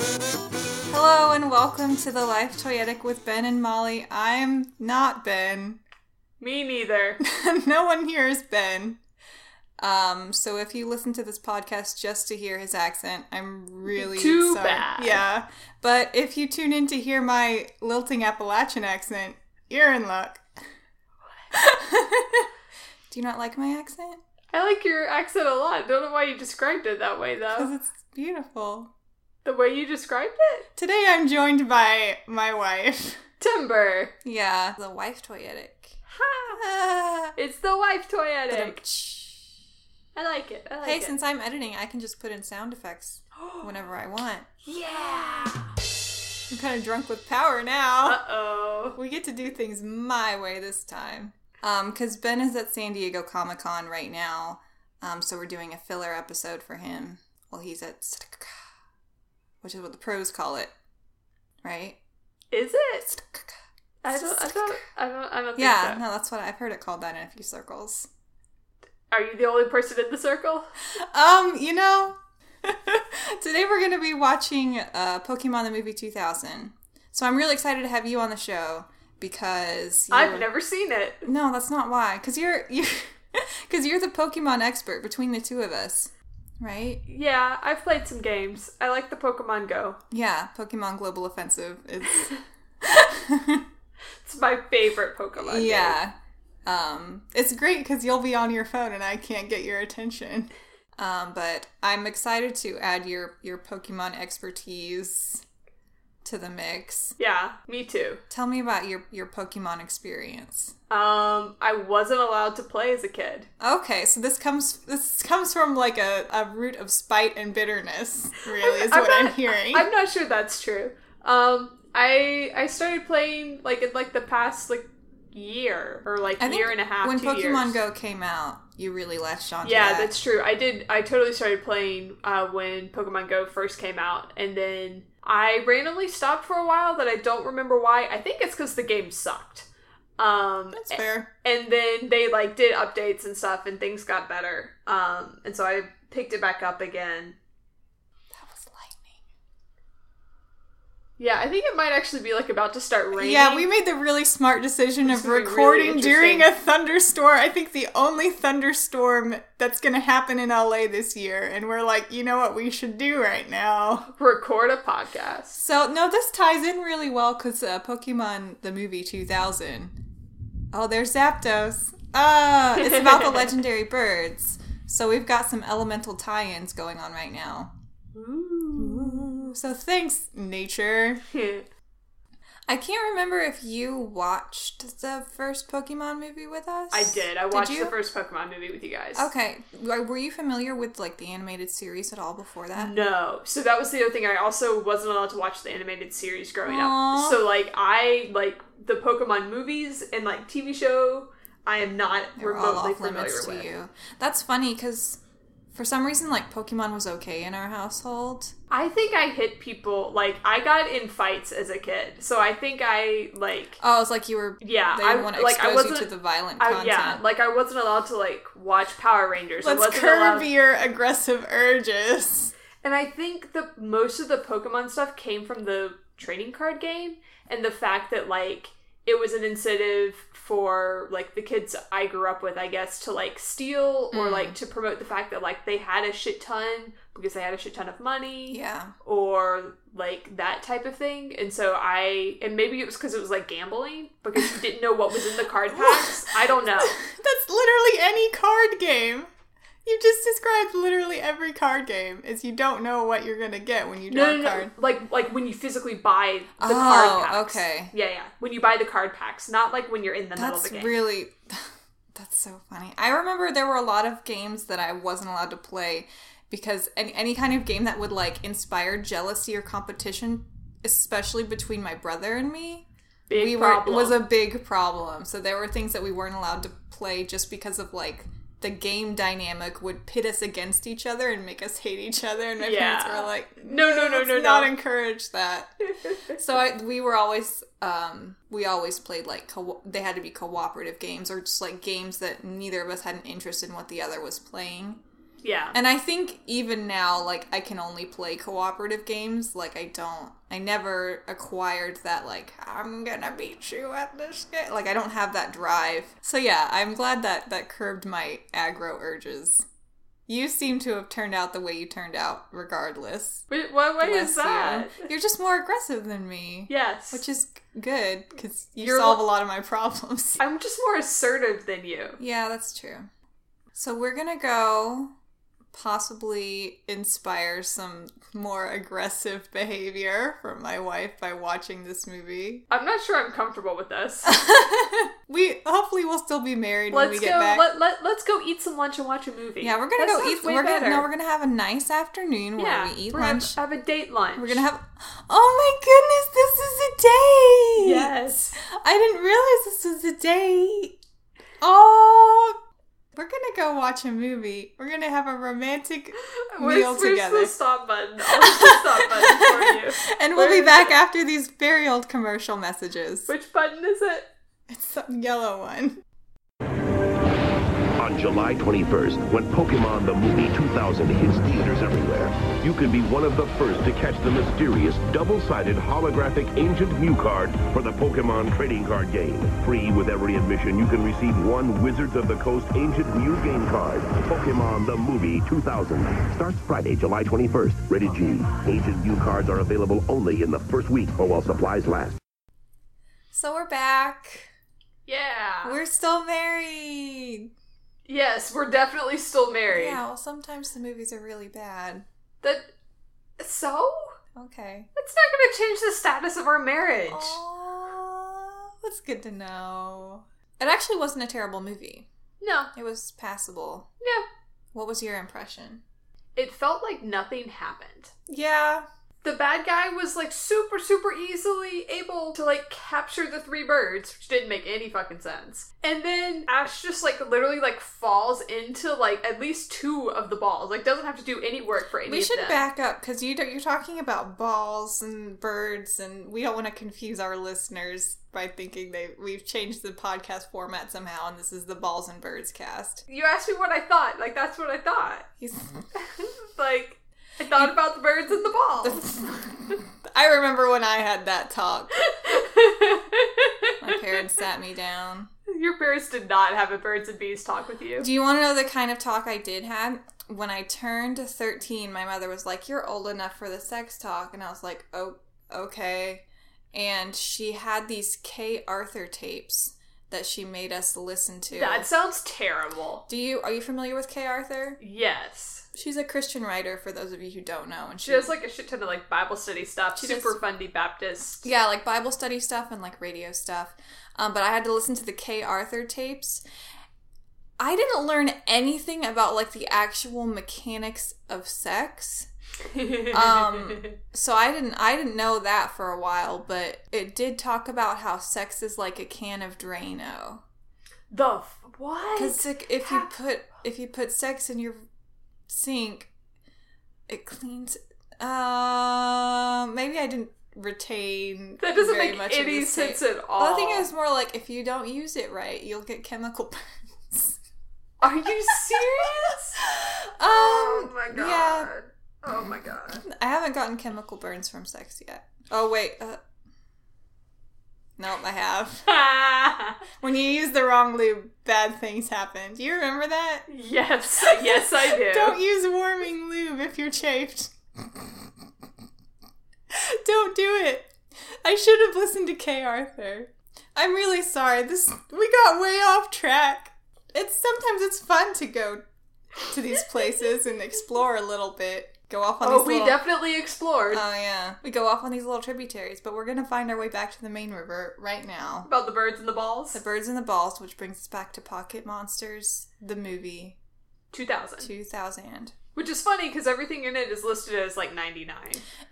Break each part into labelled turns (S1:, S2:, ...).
S1: Hello and welcome to the Life Toyetic with Ben and Molly. I'm not Ben.
S2: Me neither.
S1: no one here is Ben. Um, so if you listen to this podcast just to hear his accent, I'm really
S2: Too
S1: sorry.
S2: bad.
S1: Yeah, but if you tune in to hear my lilting Appalachian accent, you're in luck. Do you not like my accent?
S2: I like your accent a lot. Don't know why you described it that way
S1: Because
S2: though.
S1: it's beautiful.
S2: The way you described it?
S1: Today I'm joined by my wife.
S2: Timber.
S1: Yeah, the wife toyetic.
S2: Ha!
S1: Ah.
S2: It's the wife toy edit. I like it. I like
S1: Hey,
S2: it.
S1: since I'm editing, I can just put in sound effects whenever I want.
S2: yeah.
S1: I'm kind of drunk with power now.
S2: Uh oh.
S1: We get to do things my way this time. Um, because Ben is at San Diego Comic Con right now, um, so we're doing a filler episode for him while he's at, STCC, which is what the pros call it, right?
S2: Is it?
S1: STCC.
S2: I don't. I don't. I don't. I don't
S1: Yeah,
S2: think so.
S1: no, that's what I've heard it called that in a few circles.
S2: Are you the only person in the circle?
S1: Um, you know, today we're going to be watching uh, Pokemon the Movie 2000. So I'm really excited to have you on the show because
S2: I've
S1: you're-
S2: never seen it.
S1: No, that's not why. Because you're you, because you're the Pokemon expert between the two of us, right?
S2: Yeah, I've played some games. I like the Pokemon Go.
S1: Yeah, Pokemon Global Offensive. It's
S2: It's my favorite Pokemon. game.
S1: yeah. Um, it's great because you'll be on your phone and I can't get your attention. Um, but I'm excited to add your your Pokemon expertise to the mix.
S2: Yeah. Me too.
S1: Tell me about your your Pokemon experience.
S2: Um, I wasn't allowed to play as a kid.
S1: Okay, so this comes this comes from like a, a root of spite and bitterness. Really, is
S2: I'm
S1: what
S2: not-
S1: I'm hearing.
S2: I'm not sure that's true. Um, I I started playing like in like the past like year or like
S1: I think
S2: year and a half.
S1: When
S2: two
S1: Pokemon
S2: years.
S1: Go came out, you really latched onto
S2: Yeah,
S1: that.
S2: that's true. I did. I totally started playing uh, when Pokemon Go first came out, and then I randomly stopped for a while. That I don't remember why. I think it's because the game sucked. Um,
S1: That's fair.
S2: and then they like did updates and stuff, and things got better. Um, and so I picked it back up again.
S1: That was lightning.
S2: Yeah, I think it might actually be like about to start raining.
S1: Yeah, we made the really smart decision
S2: This
S1: of
S2: is really
S1: recording during a
S2: interesting.
S1: thunderstorm. I think the only thunderstorm that's going to happen in LA this year, and we're like, you know what we should do right now.
S2: record a podcast.
S1: So no, this ties in really well because uh, Pokemon the movie 2000. Oh, there's Zapdos. Ah, it's about the legendary birds. So we've got some elemental tie-ins going on right now. Ooh, so thanks, nature. I can't remember if you watched the first Pokemon movie with us.
S2: I did. I watched
S1: you?
S2: the first Pokemon movie with you guys.
S1: Okay, Were were you familiar with like the animated series at all before that?
S2: No. So that was the other thing. I also wasn't allowed to watch the animated series growing
S1: Aw.
S2: up. So like I like the Pokemon movies and like TV show. I am not
S1: They're all
S2: remotely
S1: off
S2: familiar
S1: limits to
S2: with.
S1: you. That's funny because for some reason, like Pokemon was okay in our household.
S2: I think I hit people like I got in fights as a kid. So I think I like
S1: Oh, it's like you were.
S2: Yeah,
S1: they
S2: I-
S1: didn't want to
S2: like, I
S1: expose you to
S2: wasn't-
S1: the violent
S2: I,
S1: content.
S2: yeah, like I wasn't allowed to like watch Power Rangers. I
S1: Let's
S2: wasn't
S1: curb
S2: allowed-
S1: your aggressive urges.
S2: And I think the most of the Pokemon stuff came from the trading card game and the fact that like it was an incentive for like the kids I grew up with, I guess, to like steal or
S1: Mm.
S2: like to promote the fact that like they had a shit ton because they had a shit ton of money
S1: Yeah,
S2: or like that type of thing. And so I and maybe it was because it was like gambling because you didn't know what was in the card packs. I don't know.
S1: that's literally any card game. You just described literally every card game. Is you don't know what you're gonna get when you draw
S2: No,
S1: a
S2: no,
S1: card.
S2: no. Like, like when you physically buy the
S1: Oh,
S2: card packs.
S1: okay.
S2: Yeah, yeah. When you buy the card packs, not like when you're in the middle of
S1: That's
S2: the game.
S1: really that's so funny. I remember there were a lot of games that I wasn't allowed to play because any, any kind of game that would like inspire jealousy or competition, especially between my brother and me,
S2: Big
S1: we were
S2: problem.
S1: was a big problem. So there were things that we weren't allowed to play just because of like the game dynamic would pit us against each other and make us hate each other. And my
S2: Yeah.
S1: parents were like,
S2: No, no, no,
S1: "Let's
S2: no,
S1: not
S2: no."
S1: encourage that." so I, we were always, um, we always played like co- they had to be cooperative games or just like games that neither of us had an interest in what the other was playing.
S2: Yeah.
S1: And I think even now, like I can only play cooperative games. Like I don't, I never acquired that. Like I'm gonna beat you at this game. Like I don't have that drive. So yeah, I'm glad that that curbed my aggro urges. You seem to have turned out the way you turned out, regardless.
S2: Wait, why why
S1: Bless
S2: is that?
S1: You. You're just more aggressive than me,
S2: Yes.
S1: which is good because you
S2: You're
S1: solve
S2: lo-
S1: a lot of my problems.
S2: I'm just more assertive than you.
S1: Yeah, that's true. So we're gonna go possibly inspire some more aggressive behavior from my wife by watching this movie.
S2: I'm not sure I'm comfortable with this.
S1: we hopefully we'll still be married when
S2: Let's
S1: we
S2: go.
S1: get back.
S2: Let, let let's go eat some lunch and watch a movie.
S1: yeah, we're gonna
S2: That
S1: go
S2: sounds
S1: eat.
S2: way
S1: We're gonna
S2: better.
S1: no, we're gonna have a nice afternoon where
S2: yeah,
S1: we eat
S2: we're
S1: lunch.
S2: Gonna have, have a date lunch.
S1: we're gonna have. Oh my goodness! This is a date.
S2: yes.
S1: I didn't realize this was a date. Oh, we're gonna go watch a movie. We're gonna have a romantic
S2: Where's,
S1: meal
S2: where's
S1: together,
S2: the stop button? I'll hit the stop button for you.
S1: and we'll be
S2: where's
S1: back
S2: it?
S1: after these very old commercial messages.
S2: Which button is it?
S1: It's some yellow one.
S3: On July 21st, when Pokemon the Movie 2000 hits theaters everywhere, you can be one of the first to catch the mysterious double-sided holographic Ancient Mew card for the Pokemon trading card game. Free with every admission, you can receive one Wizards of the Coast Ancient Mew game card. Pokemon the Movie 2000 starts Friday, July 21st. Rated G. Ancient Mew cards are available only in the first week or while supplies last.
S1: So we're back.
S2: Yeah.
S1: We're still married.
S2: yes, we're definitely still married.
S1: Yeah. Well, sometimes the movies are really bad.
S2: That. So
S1: Okay.
S2: it's not gonna change the status of our marriage.
S1: Aw, that's good to know. It actually wasn't a terrible movie.
S2: No.
S1: It was passable.
S2: No.
S1: What was your impression?
S2: It felt like nothing happened.
S1: Yeah,
S2: the bad guy was like super super easily able to like capture the three birds which didn't make any fucking sense and then ash just like literally like falls into like at least two of the balls like doesn't have to do any work for any
S1: We
S2: of
S1: should
S2: them.
S1: back up because you don't- you're talking about balls and birds, and we don't want to confuse our listeners by thinking they we've changed the podcast format somehow, and this is the balls and birds cast.
S2: you asked me what i thought like that's what i thought
S1: He's,
S2: Mm-hmm. like i thought about the birds and the balls
S1: I remember when I had that talk. My parents sat me down.
S2: your parents did not have a birds and bees talk with you
S1: Do you want to know the kind of talk I did have? When I turned 13, my mother was like, You're old enough for the sex talk. And I was like, Oh, okay. And she had these K. Arthur tapes that she made us listen to.
S2: that sounds terrible
S1: Do you are you familiar with K. Arthur?
S2: yes
S1: She's a Christian writer for those of you who don't know, and she,
S2: She does like a shit ton of like Bible study stuff.
S1: She
S2: super
S1: does-
S2: fundy Baptist.
S1: yeah, like Bible study stuff and like radio stuff. Um, but I had to listen to the K. Arthur tapes. I didn't learn anything about like the actual mechanics of sex. Um, so I didn't I didn't know that for a while, but it did talk about how sex is like a can of Drano.
S2: the f- what?
S1: Because if you
S2: How-
S1: put if you put sex in your sink, it cleans. Uh, maybe I didn't retain
S2: that doesn't
S1: very
S2: make
S1: much of
S2: any
S1: the same-
S2: sense at all.
S1: Well, I think it was more like if you don't use it right, you'll get chemical burns.
S2: Are you serious?
S1: um,
S2: oh my god.
S1: Yeah,
S2: Oh my god.
S1: I haven't gotten chemical burns from sex yet. Oh wait, uh, nope, I have. When you use the wrong lube, bad things happen. Do you remember that?
S2: yes, yes, I do.
S1: Don't use warming lube if you're chafed. Don't do it. I should have listened to K. Arthur. I'm really sorry. This we got way off track. It's sometimes it's fun to go to these places and explore a little bit. Go off on
S2: oh,
S1: these
S2: we
S1: little-
S2: definitely explored
S1: Oh yeah. We go off on these little tributaries, but we're gonna find our way back to the main river right now.
S2: about the birds and the balls.
S1: The Birds and the Balls, which brings us back to Pocket Monsters, the movie
S2: 2000.
S1: 2000.
S2: Which is funny because everything in it is listed as like 99.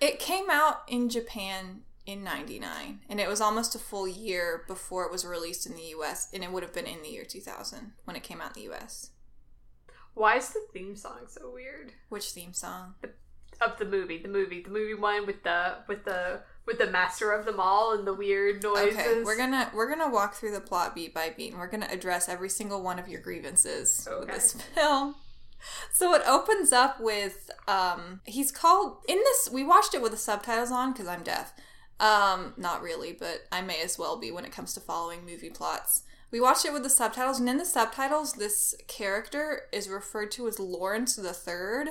S1: It came out in Japan in 99, and it was almost a full year before it was released in the US, and it would have been in the year 2000 when it came out in the US.
S2: Why is the theme song so weird?
S1: Which theme song?
S2: Of the movie, the movie, the movie one with the with the with the master of them all and the weird noises.
S1: Okay, we're gonna we're gonna walk through the plot beat by beat, and we're gonna address every single one of your grievances with
S2: Okay.
S1: this film. So it opens up with um he's called in this we watched it with the subtitles on because I'm deaf. Um, not really, but I may as well be when it comes to following movie plots. We watched it with the subtitles, and in the subtitles, this character is referred to as Lawrence the Third.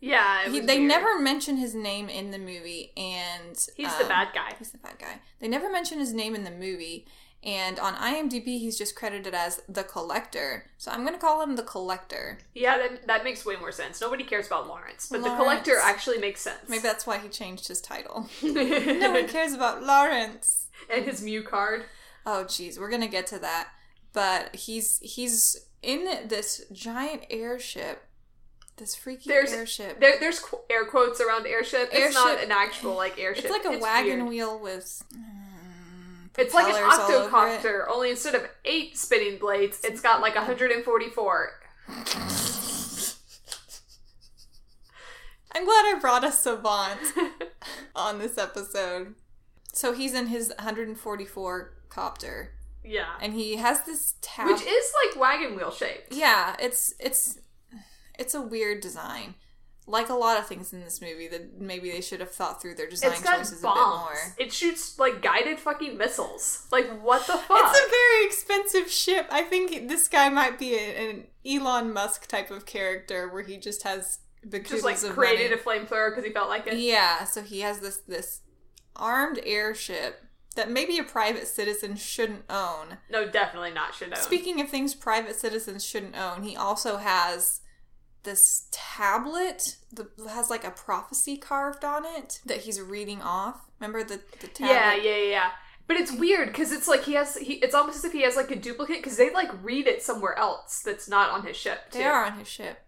S2: yeah, it
S1: He,
S2: was
S1: they
S2: weird.
S1: never mention his name in the movie, and
S2: He's the
S1: um,
S2: bad guy.
S1: He's the bad guy. They never mention his name in the movie, and on IMDb, he's just credited as the Collector. So I'm gonna call him the Collector.
S2: Yeah, that, that makes way more sense. Nobody cares about Lawrence, but
S1: Lawrence.
S2: the collector actually makes sense.
S1: Maybe that's why he changed his title. no one cares about Lawrence.
S2: and his Mew card.
S1: Oh, geez, we're gonna get to that. But he's he's in this giant airship, this freaky
S2: There's-
S1: airship.
S2: There, there's qu- air quotes around airship. It's not
S1: Airship-
S2: an actual like airship.
S1: it's like a wagon
S2: weird.
S1: wheel with. mm,
S2: It's like an
S1: propellers all over it.
S2: octocopter, only instead of eight spinning blades, it's got like 144.
S1: I'm glad I brought a savant on this episode. So he's in his 144 copter,
S2: Yeah.
S1: and he has this tab.
S2: Which is like wagon wheel shaped.
S1: yeah, it's it's it's a weird design. Like a lot of things in this movie, that maybe they should have thought through their design
S2: It's got
S1: choices a bit
S2: bombs.
S1: more.
S2: It shoots like guided fucking missiles. Like what the fuck?
S1: It's a very expensive ship. I think this guy might be a, an Elon Musk type of character where he just has
S2: Just like
S1: bakoodles of money.
S2: created a flamethrower because he felt like it.
S1: Yeah, so he has this this armed airship that maybe a private citizen shouldn't own.
S2: No, definitely not should own.
S1: Speaking of things private citizens shouldn't own, he also has this tablet that has like a prophecy carved on it that he's reading off. Remember the the tablet?
S2: yeah, yeah, yeah, yeah. But it's weird because it's like he has. He, it's almost as if he has like a duplicate because they like read it somewhere else that's not on his ship. Too.
S1: They are on his ship.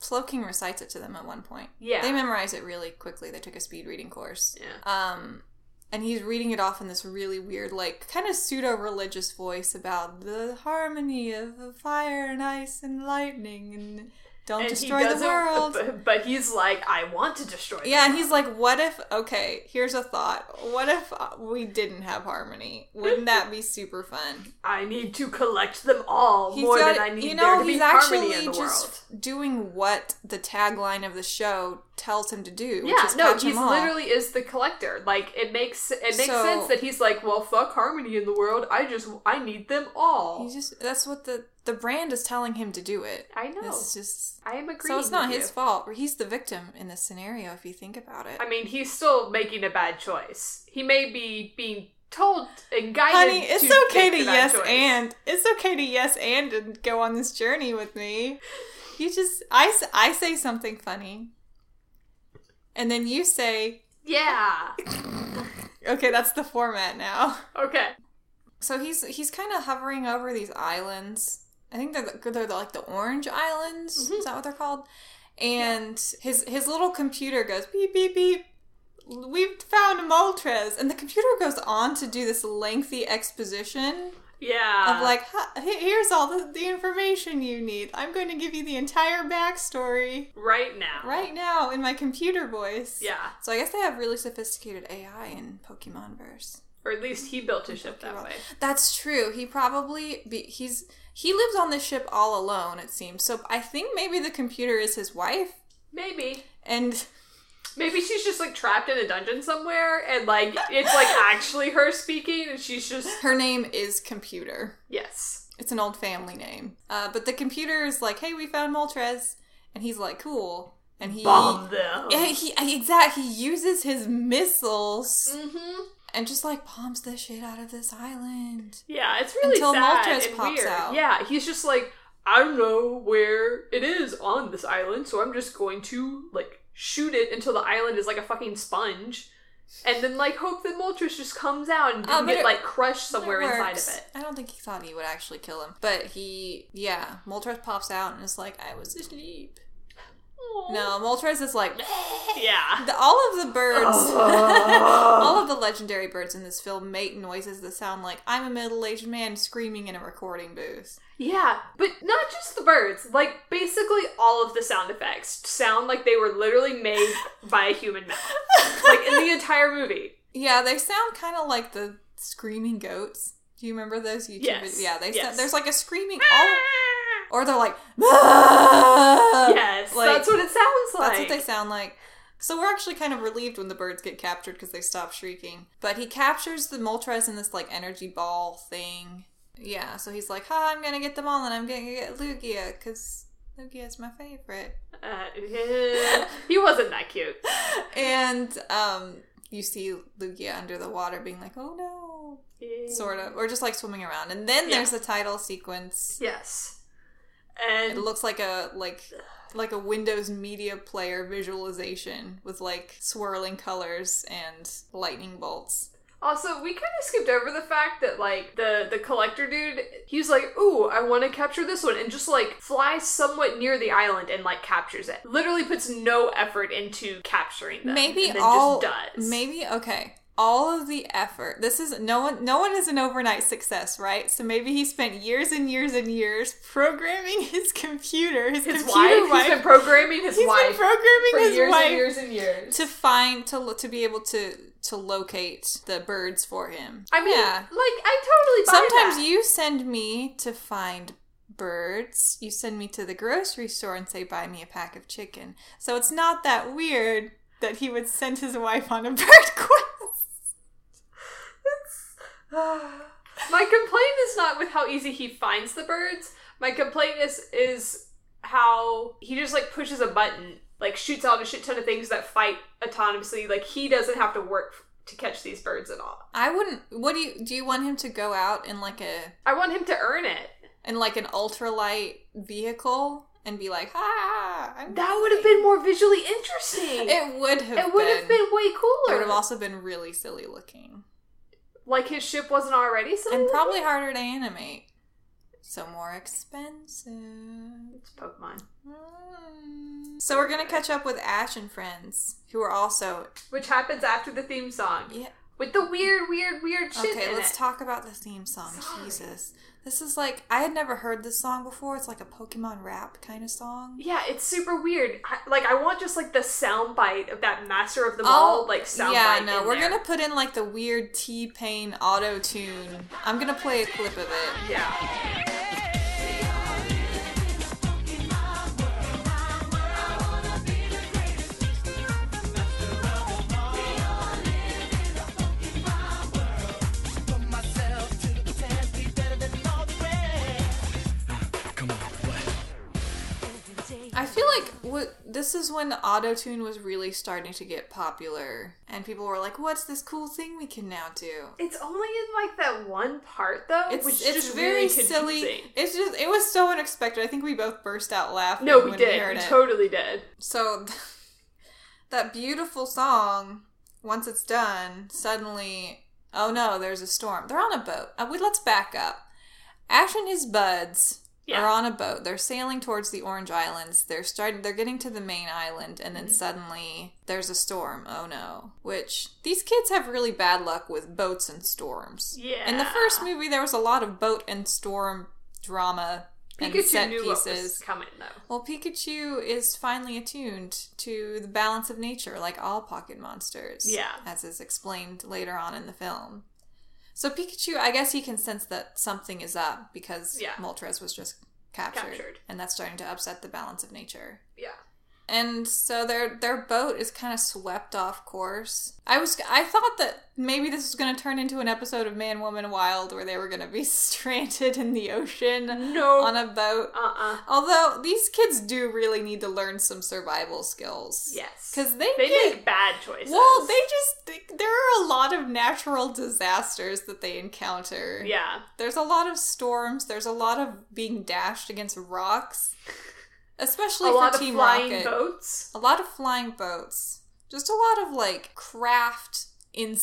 S1: Slow King recites it to them at one point.
S2: Yeah.
S1: They memorize it really quickly. They took a speed reading course.
S2: Yeah.
S1: Um, and he's reading it off in this really weird, like, kind of pseudo religious voice about the harmony of fire and ice and lightning and don't
S2: And he
S1: destroy the
S2: doesn't-
S1: world.
S2: But, but he's like, I want to destroy. the
S1: Yeah, and
S2: world."
S1: he's like, what if, okay, here's a thought. What if uh, we didn't have harmony? Wouldn't that be super fun?
S2: I need to collect them all
S1: He's
S2: more
S1: got-
S2: than I need
S1: you
S2: there
S1: know,
S2: to be
S1: he's
S2: harmony
S1: actually
S2: in the world.
S1: just doing what the tagline of the show tells him to do. which
S2: yeah,
S1: is
S2: no,
S1: catch 'em
S2: he's
S1: all.
S2: literally is the collector. Like it makes it makes
S1: So-
S2: sense that he's like, well, fuck harmony in the world. I just I need them all.
S1: He just that's what the the brand is telling him to do it.
S2: I know.
S1: It's just
S2: I am agreeing.
S1: so it's not
S2: with
S1: his
S2: you.
S1: fault. He's the victim in this scenario if you think about it.
S2: I mean, he's still making a bad choice. He may be being told and guided.
S1: Honey, it's
S2: to
S1: okay
S2: make
S1: to
S2: the bad
S1: yes
S2: choice.
S1: and. It's okay to yes and and go on this journey with me. You just I s- I say something funny. And then you say,
S2: Yeah.
S1: "Okay, that's the format now."
S2: Okay.
S1: So he's he's kind of hovering over these islands. I think they're the, they're the, like the Orange Islands. Is that what they're called? And his his little computer goes beep beep beep. We've found Moltres, and the computer goes on to do this lengthy exposition
S2: Yeah.
S1: of like, "Ha- he- here's all the, the information you need. I'm going to give you the entire backstory
S2: right now.
S1: right now in my computer voice.
S2: Yeah.
S1: So I guess they have really sophisticated AI in Pokemon verse.
S2: Or at least he built his ship that
S1: Well,
S2: way.
S1: That's true. He probably be, he's he lives on this ship all alone. It seems so. I think maybe the computer is his wife,
S2: Maybe.
S1: and
S2: Maybe she's just like trapped in a dungeon somewhere and like it's like actually her speaking and she's just
S1: her name is Computer.
S2: yes.
S1: It's an old family name. Uh, but the computer is like, "Hey, we found Moltres," and he's like, "Cool." And he
S2: Bomb them.
S1: Yeah, he exactly he uses his missiles
S2: Mhm.
S1: and just like bombs the shit out of this island.
S2: Yeah, it's really
S1: Until
S2: sad
S1: Moltres
S2: and
S1: pops
S2: weird.
S1: out.
S2: Yeah, he's just like I don't know where it is on this island, so I'm just going to like shoot it until the island is like a fucking sponge, and then like hope that Moltres just comes out and
S1: Oh,
S2: didn't
S1: but
S2: get
S1: it-
S2: like crushed somewhere
S1: It
S2: inside
S1: works.
S2: of it.
S1: I don't think he thought he would actually kill him, but he yeah, Moltres pops out and is like, "I was asleep." No, Moltres is like
S2: Yeah.
S1: the, all of the birds, all of the legendary birds in this film make noises that sound like I'm a middle-aged man screaming in a recording booth.
S2: Yeah, but not just the birds. Like basically all of the sound effects sound like they were literally made by a human mouth. Like in the entire movie.
S1: Yeah, they sound kind of like the screaming goats. Do you remember those YouTube?
S2: Yes,
S1: vid- Yeah, they
S2: yes.
S1: sound, there's like a screaming all, or they're like "Ah!"
S2: Yes,
S1: Like,
S2: that's what it sounds like.
S1: That's what they sound like. So we're actually kind of relieved when the birds get captured because they stop shrieking. But he captures the Moltres in this like energy ball thing. Yeah, so he's like, "Ha, I'm gonna get them all, and I'm gonna get Lugia because Lugia's my favorite."
S2: Uh, he wasn't that cute.
S1: And um, you see Lugia under the water, being like, "Oh no." Sort of, or just like swimming around, and then
S2: Yeah.
S1: there's the title sequence.
S2: Yes.
S1: It
S2: And
S1: looks like a like like a Windows Media Player visualization with like swirling colors and lightning bolts.
S2: also, we kind of skipped over the fact that like the the collector dude, he's like, "Ooh, I want to capture this one," and just like flies somewhat near the island and like captures it. Literally puts no effort into capturing them.
S1: Maybe
S2: and then
S1: all
S2: just does.
S1: maybe okay. All of the effort. This is no one. No one is an overnight success, right? So maybe he spent years and years and years programming his computer. His,
S2: his
S1: computer
S2: wife, He's been programming his
S1: He's been
S2: wife
S1: programming
S2: for
S1: his
S2: years
S1: wife
S2: and years and years.
S1: to find to lo- to be able to to locate the birds for him.
S2: I mean,
S1: yeah.
S2: like I totally. Buy
S1: Sometimes
S2: that.
S1: you send me to find birds. You send me to the grocery store and say, buy me a pack of chicken. So it's not that weird that he would send his wife on a bird quest.
S2: My complaint is not with how easy he finds the birds. My complaint is is how he just like pushes a button, like shoots out a shit ton of things that fight autonomously. Like he doesn't have to work to catch these birds at all.
S1: I wouldn't. What do you do? You want him to go out in like a
S2: I want him to earn it.
S1: in like an ultralight vehicle and be like, ah, I'm
S2: That would have been more visually interesting. It,
S1: It would have.
S2: would have been way
S1: It would
S2: cooler.
S1: have also been really silly looking
S2: like his ship wasn't already so
S1: and probably harder to animate. So more expensive.
S2: it's Pokemon,
S1: So we're gonna catch up with Ash and friends, who are also
S2: which happens after the theme song
S1: yeah.
S2: with the weird, weird, weird shit.
S1: Okay,
S2: in
S1: let's
S2: it.
S1: talk about the theme song.
S2: Sorry.
S1: Jesus, this is like I had never heard this song before. It's like a Pokemon rap kind of song.
S2: Yeah, it's super weird. I, like I want just like the sound bite of that master of them all, like sound
S1: Oh, yeah,
S2: bite.
S1: no,
S2: in
S1: we're
S2: there.
S1: gonna put in like the weird T Pain auto tune. I'm gonna play a clip of it.
S2: Yeah.
S1: I feel like what this is when auto tune was really starting to get popular, and people were like, "What's this cool thing we can now do?"
S2: It's only in like that one part though,
S1: It's
S2: which is
S1: it's
S2: just
S1: very
S2: really
S1: silly.
S2: confusing.
S1: It's just it was so unexpected. I think we both burst out laughing.
S2: No, we
S1: when
S2: did.
S1: heard
S2: We
S1: it.
S2: totally did.
S1: so that beautiful song, once it's done, suddenly, oh no, there's a storm. They're on a boat. Uh, we let's back up. Ash and his buds
S2: Yeah.
S1: are on a boat. They're sailing towards the Orange Islands. They're starting. They're getting to the main island, and
S2: Mm-hmm.
S1: then suddenly there's a storm. Oh no! Which these kids have really bad luck with boats and storms. In the
S2: Yeah.
S1: first movie, there was a lot of boat and storm drama and
S2: Pikachu
S1: set
S2: knew what was
S1: pieces.
S2: coming though.
S1: Well, Pikachu is finally attuned to the balance of nature, like all pocket monsters.
S2: Yeah.
S1: As is explained later on in the film. So Pikachu, I guess he can sense that something is up because
S2: Yeah.
S1: Moltres was just captured,
S2: Captured.
S1: and that's starting to upset the balance of nature.
S2: Yeah.
S1: And so their their boat is kind of swept off course. I was I thought that maybe this was going to turn into an episode of Man, Woman, Wild where they were going to be stranded in the ocean
S2: No.
S1: on a boat.
S2: uh uh
S1: Although these kids do really need to learn some survival skills.
S2: Yes.
S1: Because they,
S2: They
S1: get-
S2: make bad choices.
S1: Well, they just. They, there are a lot of natural disasters that they encounter.
S2: Yeah.
S1: There's a lot of storms, there's a lot of being dashed against rocks,
S2: A
S1: especially for
S2: lot of
S1: Team
S2: flying
S1: Rocket.
S2: boats.
S1: A lot of flying boats. Just a lot of like craft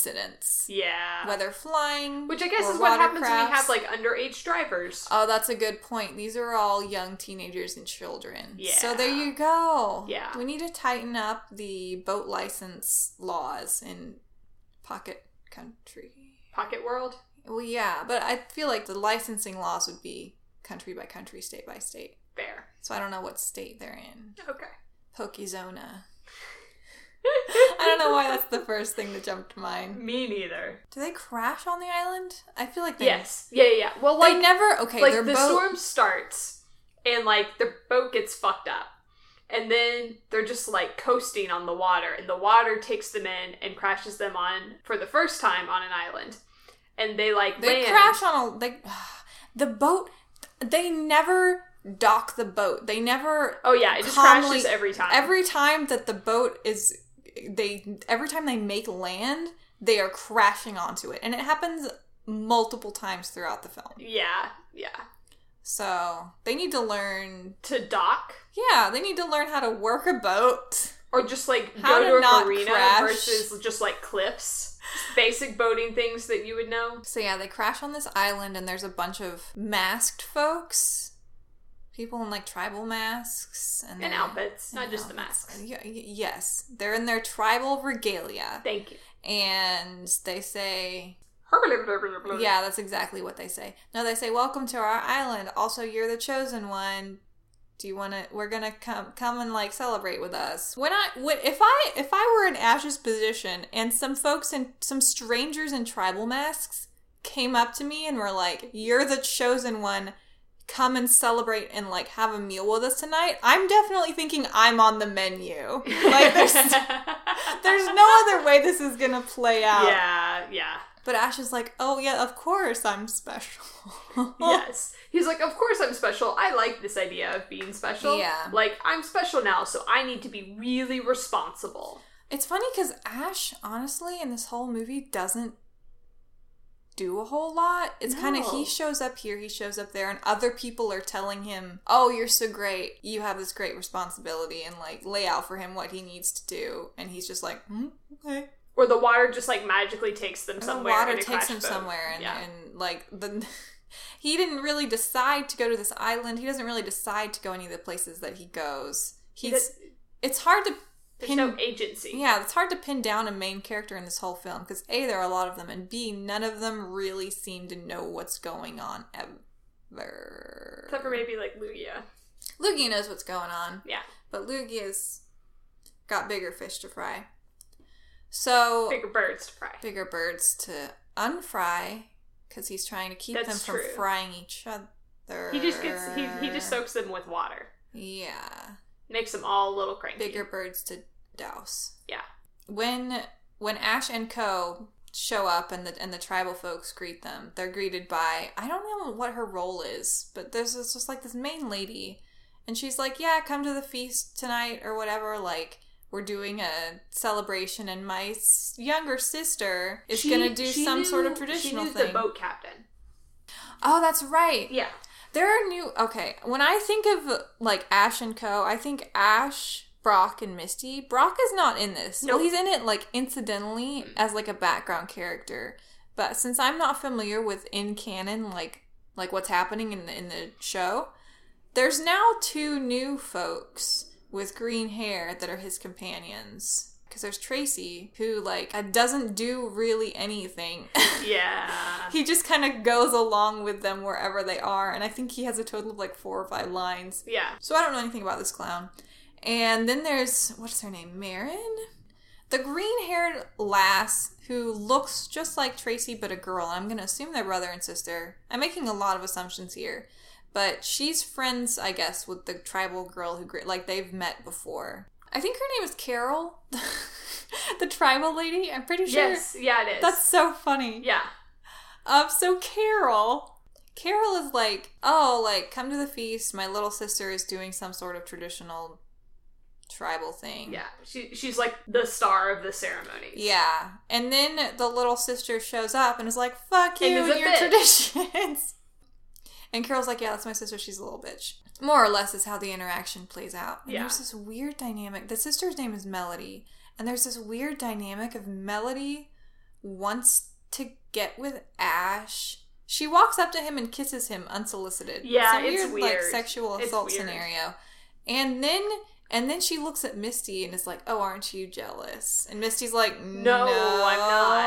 S1: incidents,
S2: Yeah.
S1: whether flying,
S2: Which I guess
S1: or
S2: is what happens
S1: watercrafts.
S2: when you have like underage drivers.
S1: Oh, that's a good point. These are all young teenagers and children.
S2: Yeah.
S1: So there you go.
S2: Yeah.
S1: We need to tighten up the boat license laws in pocket country.
S2: Pocket World.
S1: Well, yeah, but I feel like the licensing laws would be country by country, state by state.
S2: Fair.
S1: So I don't know what state they're in.
S2: Okay.
S1: Pokezona. I don't know why that's the first thing that jumped to mind.
S2: Me neither.
S1: Do they crash on the island? I feel like they
S2: Yes. Yeah, yeah, yeah. Well, like
S1: they never. Okay,
S2: like
S1: their
S2: the
S1: boat.
S2: storm starts and like the boat gets fucked up and then they're just like coasting on the water and the water takes them in and crashes them on for the first time on an island and they like
S1: They
S2: land.
S1: crash on a they the boat. They never dock the boat. They never
S2: oh yeah it just
S1: calmly-
S2: crashes every time
S1: Every time that the boat is they every time they make land, they are crashing onto it, and it happens multiple times throughout the film.
S2: yeah yeah
S1: So they need to learn.
S2: to dock
S1: Yeah, they need to learn how to work a boat.
S2: or just like
S1: How
S2: go
S1: to
S2: to,
S1: not
S2: a marina
S1: crash.
S2: versus just like cliffs Just basic boating things that you would know
S1: So yeah, they crash on this island, and there's a bunch of masked folks, people in like tribal masks and,
S2: and
S1: they're-
S2: outfits not
S1: and
S2: just the
S1: outfits.
S2: masks
S1: Y- y- yes, they're in their tribal regalia,
S2: thank you
S1: and they say, "Yeah, that's exactly what they say." No, they say, "Welcome to our island. Also, you're the chosen one." Do you want to? We're gonna come, come and like celebrate with us. When I, when, if I, if I were in Ash's position, and some folks and some strangers in tribal masks came up to me and were like, "You're the chosen one. Come and celebrate and like have a meal with us tonight." I'm definitely thinking I'm on the menu. Like there's there's no other way this is gonna play out.
S2: yeah yeah
S1: But Ash is like, "Oh yeah, of course I'm special."
S2: yes. He's like, of course I'm special. I like this idea of being special.
S1: Yeah.
S2: Like, I'm special now, so I need to be really responsible.
S1: It's funny because Ash, honestly, in this whole movie, doesn't do a whole lot. It's kind of he
S2: No.
S1: shows up here, he shows up there, and other people are telling him, "Oh, you're so great. You have this great responsibility," and like lay out for him what he needs to do, and he's just like, mm, "Okay."
S2: Or the water just like magically takes them
S1: The
S2: somewhere.
S1: water
S2: in a
S1: takes
S2: crash
S1: him
S2: boat.
S1: somewhere, and,
S2: yeah.
S1: and like the. He didn't really decide to go to this island. He doesn't really decide to go any of the places that he goes. He's it's hard to
S2: There's
S1: pin
S2: no agency.
S1: yeah, it's hard to pin down a main character in this whole film because A, there are a lot of them, and B, none of them really seem to know what's going on ever.
S2: Except for maybe like Lugia.
S1: Lugia knows what's going on,
S2: Yeah.
S1: but Lugia's got bigger fish to fry. So,
S2: Bigger birds to fry.
S1: bigger birds to unfry because he's trying to keep
S2: That's
S1: them from
S2: true.
S1: frying each other.
S2: He just gets he, he just soaks them with water.
S1: Yeah.
S2: Makes them all a little cranky.
S1: bigger birds to douse.
S2: Yeah.
S1: When when Ash and Co show up and the and the tribal folks greet them, they're greeted by I don't know what her role is, but there's this, just like this main lady, and she's like, "Yeah, come to the feast tonight or whatever." Like. We're doing a celebration, and my s- younger sister is
S2: She-
S1: going to do
S2: she
S1: some sort of
S2: knew-
S1: traditional
S2: she knew
S1: thing.
S2: the boat captain.
S1: Oh, that's right.
S2: Yeah.
S1: There are new. Okay, when I think of like Ash and Co, I think Ash, Brock, and Misty. Brock is not in this. Well,
S2: Nope.
S1: he's in it like incidentally as like a background character. But since I'm not familiar with in canon, like like what's happening in the, in the show, there's now two new folks with green hair that are his companions. Because there's Tracy, who like doesn't do really anything.
S2: Yeah.
S1: he just kind of goes along with them wherever they are and i think he has a total of like four or five lines
S2: Yeah.
S1: so i don't know anything about this clown and then there's what's her name marin the green haired lass who looks just like tracy but a girl i'm going to assume they're brother and sister i'm making a lot of assumptions here but she's friends i guess with the tribal girl who gr- like they've met before i think her name is carol the tribal lady i'm pretty sure
S2: Yes, yeah it is.
S1: that's so funny
S2: yeah.
S1: um, so Carol, Carol is like, oh, like come to the feast. My little sister is doing some sort of traditional tribal thing.
S2: Yeah, she she's like the star of the ceremony.
S1: Yeah. And then the little sister shows up and is like, fuck you
S2: And
S1: and,
S2: is a
S1: your
S2: bitch.
S1: traditions. And Carol's like, yeah, that's my sister. She's a little bitch. More or less is how the interaction plays out. And
S2: Yeah.
S1: There's this weird dynamic. The sister's name is Melody. And there's this weird dynamic of Melody wants to get with Ash. She walks up to him and kisses him unsolicited.
S2: Yeah,
S1: Some
S2: it's
S1: like
S2: weird.
S1: sexual
S2: It's
S1: assault
S2: weird.
S1: scenario. And then and then she looks at Misty and is like, "Oh, aren't you jealous?" And Misty's like, "No,
S2: No, I'm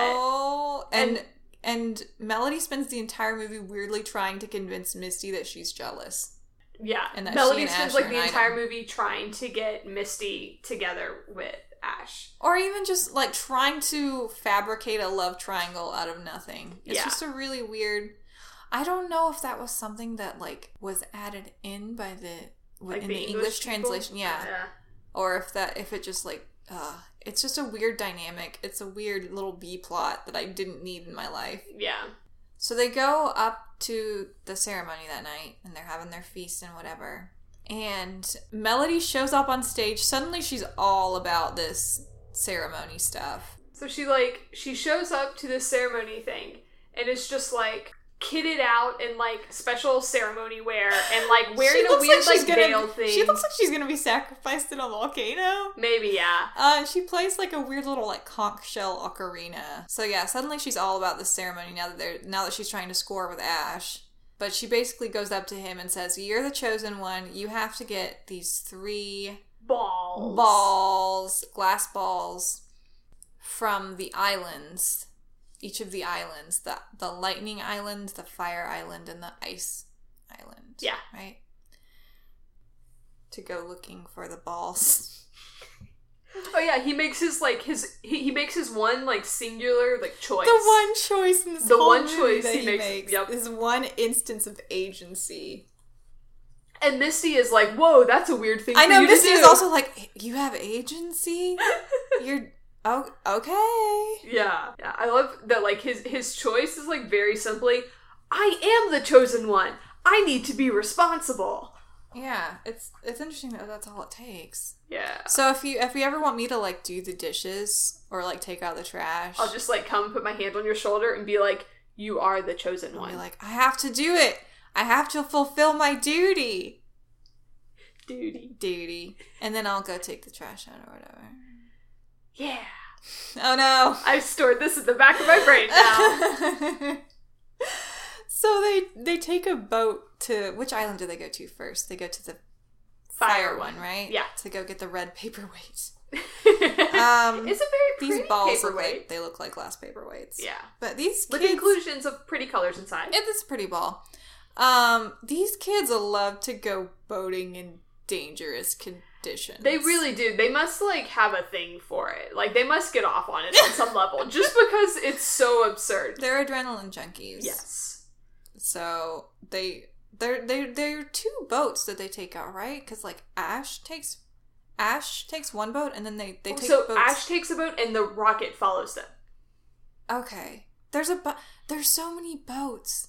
S2: not."
S1: And and Melody spends the entire movie weirdly trying to convince Misty that she's jealous.
S2: Yeah,
S1: And that she
S2: Melody
S1: and Ash
S2: spends
S1: are
S2: like the
S1: an
S2: entire
S1: item.
S2: movie trying to get Misty together with Ash.
S1: Or even just like trying to fabricate a love triangle out of nothing. It's
S2: Yeah.
S1: just a really weird. I don't know if that was something that like was added in by the
S2: Like
S1: in the, English,
S2: people.
S1: translation, yeah. or if that if it just like uh, it's just a weird dynamic. It's a weird little B plot that I didn't need in my life.
S2: yeah, yeah.
S1: So they go up to the ceremony that night and they're having their feast and whatever. And Melody shows up on stage. Suddenly she's all about this ceremony stuff.
S2: So she like she shows up to this ceremony thing and is just like kitted out in like special ceremony wear and like wearing a weird like, veil
S1: gonna,
S2: thing.
S1: She looks like she's gonna be sacrificed in a volcano.
S2: maybe yeah.
S1: Uh, and she plays like a weird little like conch shell ocarina. So yeah, suddenly she's all about this ceremony now that they're now that she's trying to score with Ash. But she basically goes up to him and says, "You're the chosen one. You have to get these three
S2: Balls.
S1: balls, glass balls from the islands, each of the islands, the the lightning island, the fire island, and the ice island.
S2: Yeah.
S1: right. To go looking for the balls.
S2: Oh yeah, he makes his like his he, he makes his one like singular like choice.
S1: The one choice in this
S2: The
S1: whole
S2: one
S1: movie
S2: choice
S1: that
S2: he
S1: he makes,
S2: makes, yep.
S1: is one instance of agency.
S2: And Misty is like, "Whoa, that's a weird thing."
S1: I
S2: for
S1: know
S2: you to
S1: Misty is
S2: do."
S1: also like, you have agency. You're oh okay.
S2: Yeah. yeah. I love that like his his choice is like very simply, I am the chosen one. I need to be responsible.
S1: Yeah, it's it's interesting that that's all it takes.
S2: Yeah.
S1: So if you if you ever want me to like do the dishes or like take out the trash,
S2: I'll just like come put my hand on your shoulder and be like, "You are the chosen
S1: be
S2: one."
S1: like, I have to do it. I have to fulfill my duty,
S2: "Duty."
S1: duty, and then I'll go take the trash out or whatever.
S2: Yeah.
S1: Oh no.
S2: I've stored this at the back of my brain now.
S1: so they they take a boat to which island do they go to first? They go to the fire, one, right?
S2: Yeah.
S1: To go get the red paperweight. Um,
S2: um, it's a very pretty
S1: These balls look
S2: paperweight.
S1: like they look like glass paperweights.
S2: yeah.
S1: But these
S2: With
S1: kids,
S2: inclusions of pretty colors inside.
S1: Yeah, this is a pretty ball. Um, these kids love to go boating in dangerous conditions.
S2: They really do. They must like have a thing for it. Like they must get off on it on some level, just because it's so absurd.
S1: they're adrenaline junkies.
S2: Yes.
S1: So they they're they they're are two boats that they take out, right? Because like Ash takes Ash takes one boat, and then they they take
S2: so
S1: boats.
S2: Ash takes a boat, and the rocket follows them.
S1: okay, there's a bo- there's so many boats,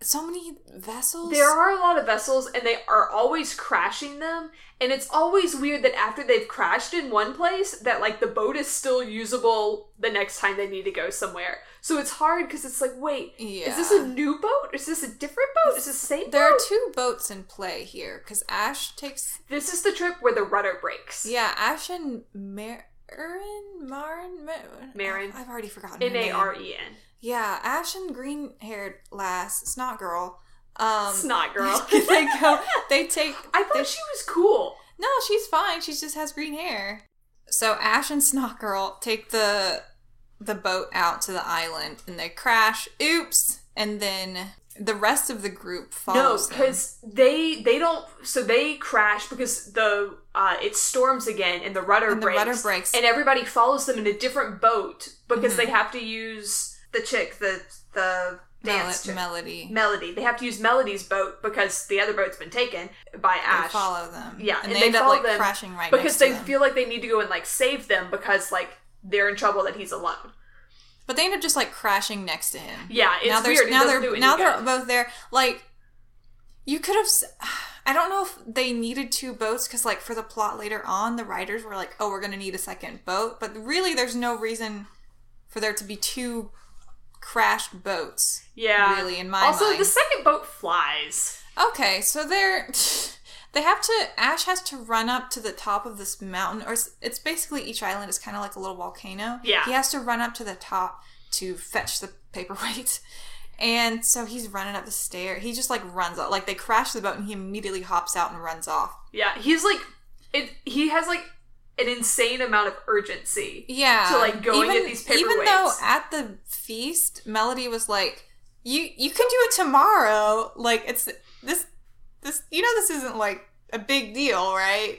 S1: so many vessels.
S2: There are a lot of vessels, and they are always crashing them. And it's always weird that after they've crashed in one place, that like the boat is still usable the next time they need to go somewhere. So it's hard because it's like, wait, is this
S1: Yeah.
S2: a new boat? Is this a different boat? Is this the same?
S1: there are
S2: boat?
S1: two boats in play here because Ash takes
S2: This is the trip where the rudder breaks.
S1: Yeah, Ash and Marin, Marin, Ma-
S2: Marin.
S1: I've already forgotten. her
S2: M
S1: name.
S2: A R E N.
S1: Yeah, Ash and green-haired lass, snot girl. Um,
S2: Snot girl.
S1: they go. They take.
S2: I thought
S1: they-
S2: she was cool.
S1: No, she's fine. She just has green hair. So Ash and Snot Girl take the the boat out to the island, and they crash. Oops! And then the rest of the group
S2: No,
S1: follows. them.
S2: because they they don't. So they crash because the uh, it storms again and the rudder
S1: And the
S2: breaks.
S1: rudder breaks. Mm-hmm.
S2: and everybody follows them in a different boat because they have to use the chick the the
S1: Mel-
S2: dance chick.
S1: melody.
S2: Melody. They have to use Melody's boat because the other boat's been taken by
S1: they
S2: Ash.
S1: follow them.
S2: Yeah,
S1: and, they, end up
S2: follow
S1: like
S2: them
S1: crashing right
S2: because
S1: next
S2: they
S1: to them.
S2: feel like they need to go and like save them because like they're in trouble that he's alone.
S1: But they end up just like crashing next to him.
S2: Yeah, it's
S1: now there's
S2: weird. It
S1: now
S2: doesn't
S1: they're
S2: do any
S1: now they're
S2: good.
S1: both there. Like you could have. s- I don't know if they needed two boats because like for the plot later on, the writers were like, "Oh, we're gonna need a second boat," but really, there's no reason for there to be two crashed boats.
S2: Yeah,
S1: really, in my
S2: also
S1: mind.
S2: the second boat flies.
S1: Okay, so they're they have to Ash has to run up to the top of this mountain, or it's, it's basically each island is kind of like a little volcano.
S2: Yeah.
S1: he has to run up to the top to fetch the paperweight. And so he's running up the stair. He just like runs out. Like they crash the boat and he immediately hops out and runs off.
S2: Yeah, he's like, it, he has like an insane amount of urgency.
S1: Yeah.
S2: To, like, go and
S1: even,
S2: get these
S1: Even though
S2: paperweights.
S1: at the feast, Melody was like, "You you can do it tomorrow. Like it's this this you know this isn't like a big deal, right?"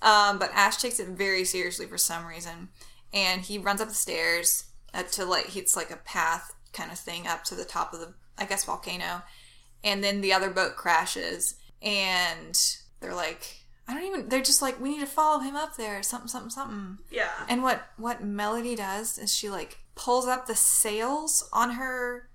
S1: Um, but Ash takes it very seriously for some reason, and he runs up the stairs uh, to like it's like a path kind of thing up to the top of the I guess volcano, and then the other boat crashes, and they're like, I don't even. They're just like, we need to follow him up there, something, something, something.
S2: Yeah.
S1: And what what Melody does is she like pulls up the sails on her.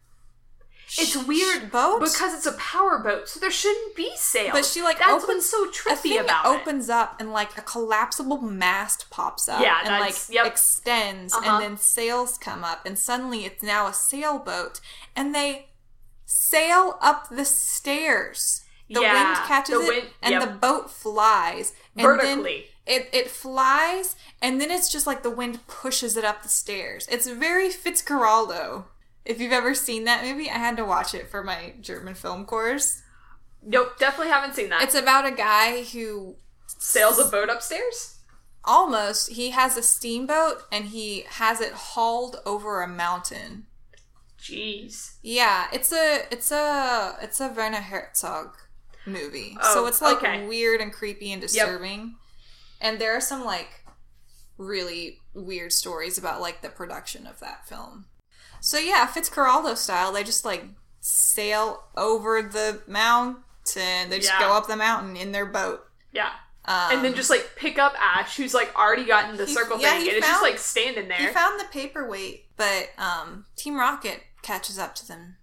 S2: It's
S1: sh-
S2: weird
S1: boat
S2: because it's a power boat, so there shouldn't be sails.
S1: But she, like,
S2: that's
S1: opens-
S2: what's so
S1: a
S2: trippy
S1: thing
S2: about it.
S1: opens up and like a collapsible mast pops up
S2: Yeah,
S1: and
S2: that's-
S1: like
S2: yep.
S1: extends
S2: Uh-huh.
S1: and then sails come up and suddenly it's now a sailboat and they sail up the stairs. The
S2: Yeah,
S1: wind catches
S2: the
S1: it
S2: wind-
S1: and
S2: yep.
S1: the boat flies and
S2: Vertically.
S1: Then it, it flies and then it's just like the wind pushes it up the stairs. It's very Fitzcarraldo. If you've ever seen that movie, I had to watch it for my German film course.
S2: Nope, definitely haven't seen that.
S1: It's about a guy who
S2: sails a boat upstairs.
S1: almost he has a steamboat and he has it hauled over a mountain
S2: Jeez.
S1: yeah it's a it's a it's a werner herzog movie
S2: Oh,
S1: so it's like
S2: okay.
S1: weird and creepy and disturbing and there are some like really weird stories about like the production of that film so yeah fitzcarraldo style they just like sail over the mountain they just
S2: Yeah.
S1: go up the mountain in their boat
S2: Yeah.
S1: um,
S2: and then just like pick up Ash, who's like already gotten the
S1: He-
S2: circle
S1: yeah,
S2: thing,
S1: he
S2: and it's just
S1: found-
S2: like standing there.
S1: He found the paperweight, but um, Team Rocket catches up to them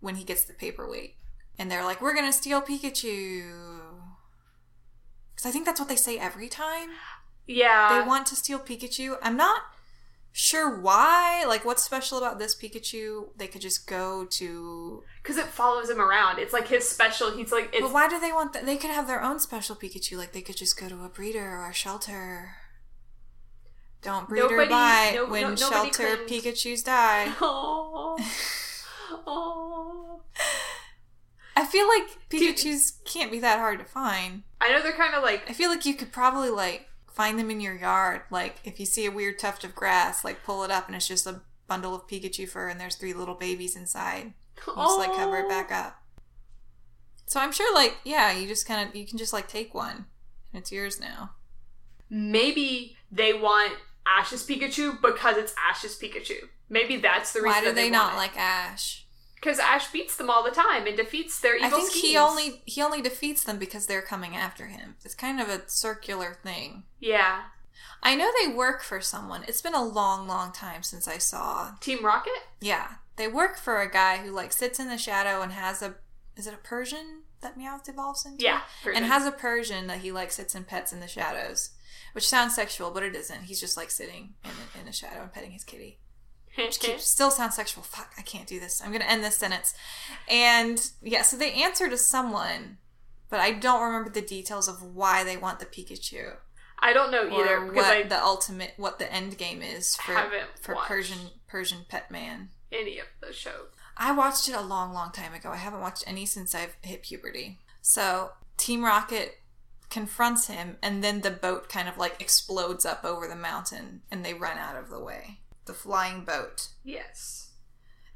S1: when he gets the paperweight, and they're like, "We're gonna steal Pikachu," because I think that's what they say every time.
S2: yeah.
S1: they want to steal Pikachu. I'm not sure why. Like, what's special about this Pikachu? They could just go to.
S2: because it follows him around. It's like his special. He's like, it's
S1: but why do they want that? They could have their own special Pikachu. Like, they could just go to a breeder or a shelter. Don't breeder
S2: Nobody-
S1: buy
S2: no-
S1: when
S2: no- nobody
S1: shelter
S2: claimed-
S1: Pikachu's die.
S2: oh, oh.
S1: I feel like Pikachu's can't be that hard to find.
S2: I know they're kind of like
S1: I feel like you could probably like find them in your yard. Like if you see a weird tuft of grass, like pull it up and it's just a bundle of Pikachu fur and there's three little babies inside. You just like cover it back up. So I'm sure like yeah, you just kind of you can just like take one and it's yours now.
S2: Maybe they want Ash's Pikachu because it's Ash's Pikachu. Maybe that's the reason.
S1: Why do
S2: that
S1: they,
S2: they,
S1: not like Ash?
S2: Because Ash beats them all the time and defeats their evil
S1: I think he
S2: schemes.
S1: only he only defeats them because they're coming after him. It's kind of a circular thing.
S2: Yeah.
S1: I know they work for someone. It's been a long, long time since I saw.
S2: Team Rocket.
S1: Yeah, they work for a guy who like sits in the shadow and has a is it a Persian that Meowth evolves into?
S2: Yeah. Persian.
S1: and has a Persian that he like sits and pets in the shadows, which sounds sexual, but it isn't. He's just like sitting in, in the shadow and petting his kitty. Which keeps, still sounds sexual. Fuck, I can't do this. I'm gonna end this sentence. And yeah, so they answer to someone, but I don't remember the details of why they want the Pikachu
S2: I don't know either
S1: or
S2: because
S1: what
S2: I
S1: the ultimate what the end game is for
S2: Haven't
S1: for
S2: watched.
S1: Persian Persian Pet Man.
S2: any of the show.
S1: I watched it a long, long time ago. I haven't watched any since I've hit puberty. So Team Rocket confronts him, and then the boat kind of like explodes up over the mountain, and they run out of the way. The flying boat.
S2: Yes.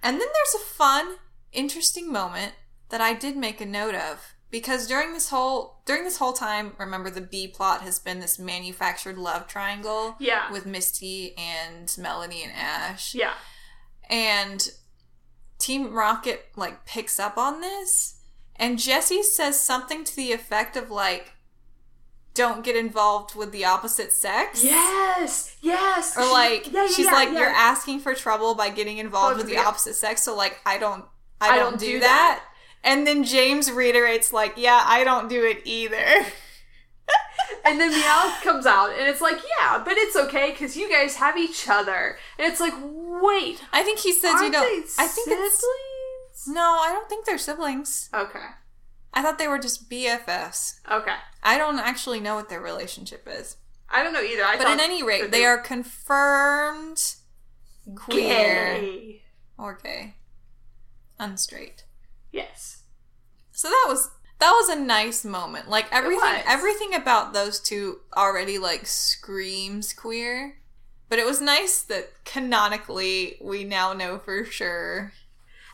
S1: And then there's a fun, interesting moment that I did make a note of because during this whole during this whole time, remember the B plot has been this manufactured love triangle
S2: Yeah.
S1: with Misty and Melanie and Ash.
S2: Yeah.
S1: And Team Rocket like picks up on this and Jesse says something to the effect of like don't get involved with the opposite sex.
S2: Yes. Yes.
S1: Or
S2: She-
S1: like
S2: yeah, yeah,
S1: she's
S2: yeah,
S1: like
S2: yeah.
S1: you're asking for trouble by getting involved with the
S2: Yeah.
S1: opposite sex. So like I don't I, don't, do that. And then James reiterates like yeah, I don't do it either.
S2: And then Meowth comes out, and it's like, yeah, but it's okay because you guys have each other. And it's like, wait,
S1: I think he says
S2: are
S1: you know
S2: they
S1: I think it's
S2: siblings?
S1: No, I don't think they're siblings.
S2: Okay,
S1: I thought they were just BFFs.
S2: okay.
S1: I don't actually know what their relationship is.
S2: I don't know either. I
S1: But
S2: thought
S1: at any
S2: that
S1: rate, they are confirmed queer
S2: Gay.
S1: or gay, unstraight.
S2: Yes.
S1: So that was that was a nice moment. Like everything
S2: was.
S1: everything about those two already like screams queer. But it was nice that canonically we now know for sure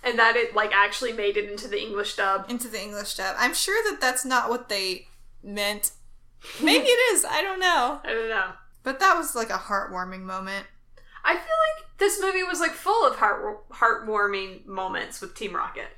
S2: And that it like actually made it into the English dub.
S1: into the English dub. I'm sure that that's not what they meant. Maybe it is. I don't know.
S2: I don't know.
S1: But that was like a heartwarming moment.
S2: I feel like this movie was like full of heart heartwarming moments with Team Rocket.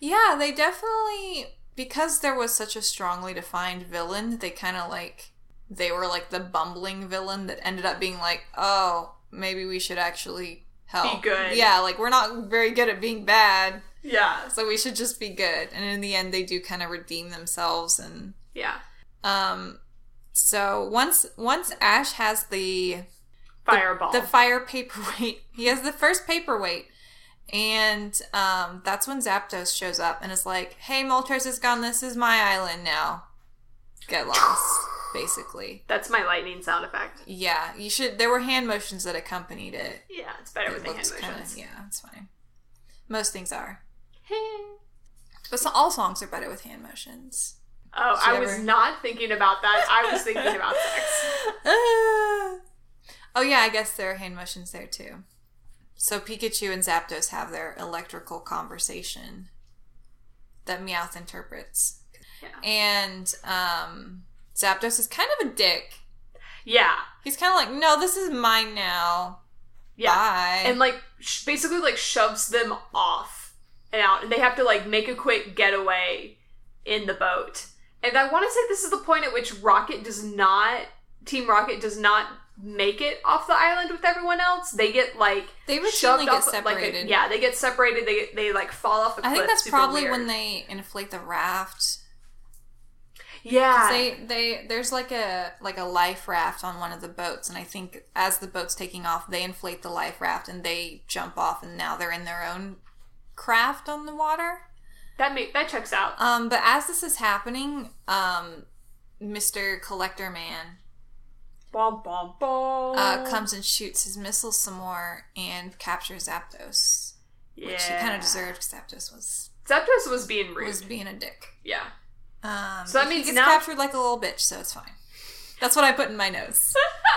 S1: Yeah, they definitely because there was such a strongly defined villain, they kind of like they were like the bumbling villain that ended up being like, "Oh, maybe we should actually help."
S2: Be good.
S1: Yeah, like we're not very good at being bad,
S2: Yeah.
S1: so we should just be good. And in the end they do kind of redeem themselves and
S2: Yeah.
S1: um so once once Ash has the
S2: Fireball.
S1: the fire paperweight. He has the first paperweight. And um, that's when Zapdos shows up and is like, hey, Moltres is gone. This is my island now. Get lost, basically.
S2: That's my lightning sound effect.
S1: Yeah, you should. There were hand motions that accompanied it.
S2: Yeah, it's better with
S1: It
S2: the hand
S1: looks kind
S2: motions.
S1: of, yeah, it's fine. Most things are. But so, all songs are better with hand motions.
S2: Oh,
S1: Did you
S2: I was
S1: ever-
S2: not thinking about that. I was thinking about sex.
S1: Ah. oh yeah, I guess there are hand motions there too. So Pikachu and Zapdos have their electrical conversation that Meowth interprets,
S2: Yeah.
S1: and um, Zapdos is kind of a dick.
S2: Yeah.
S1: He's kind of like, no, this is mine now.
S2: Yeah.
S1: Bye.
S2: And like sh- basically like shoves them off and out and they have to like make a quick getaway in the boat. And I want to say this is the point at which Rocket does not Team Rocket does not make it off the island with everyone else. They get like
S1: they
S2: shoved
S1: routinely get
S2: off like
S1: separated.
S2: a, yeah, they get separated. They get, they like fall off the cliff.
S1: I think that's
S2: super
S1: probably
S2: weird.
S1: when they inflate the raft.
S2: Yeah.
S1: They they there's like a like a life raft on one of the boats, and I think as the boat's taking off, they inflate the life raft and they jump off, and now they're in their own craft on the water.
S2: that make that checks out.
S1: Um, but as this is happening, um, Mister Collector Man
S2: Bom bom bom.
S1: uh, comes and shoots his missiles some more and captures Zapdos,
S2: yeah.
S1: which he kind of deserved. 'cause Zapdos was
S2: Zapdos was being rude.
S1: was being a dick.
S2: yeah.
S1: Um,
S2: So that
S1: he
S2: means
S1: gets
S2: now-
S1: captured like a little bitch, so it's fine. That's what I put in my notes.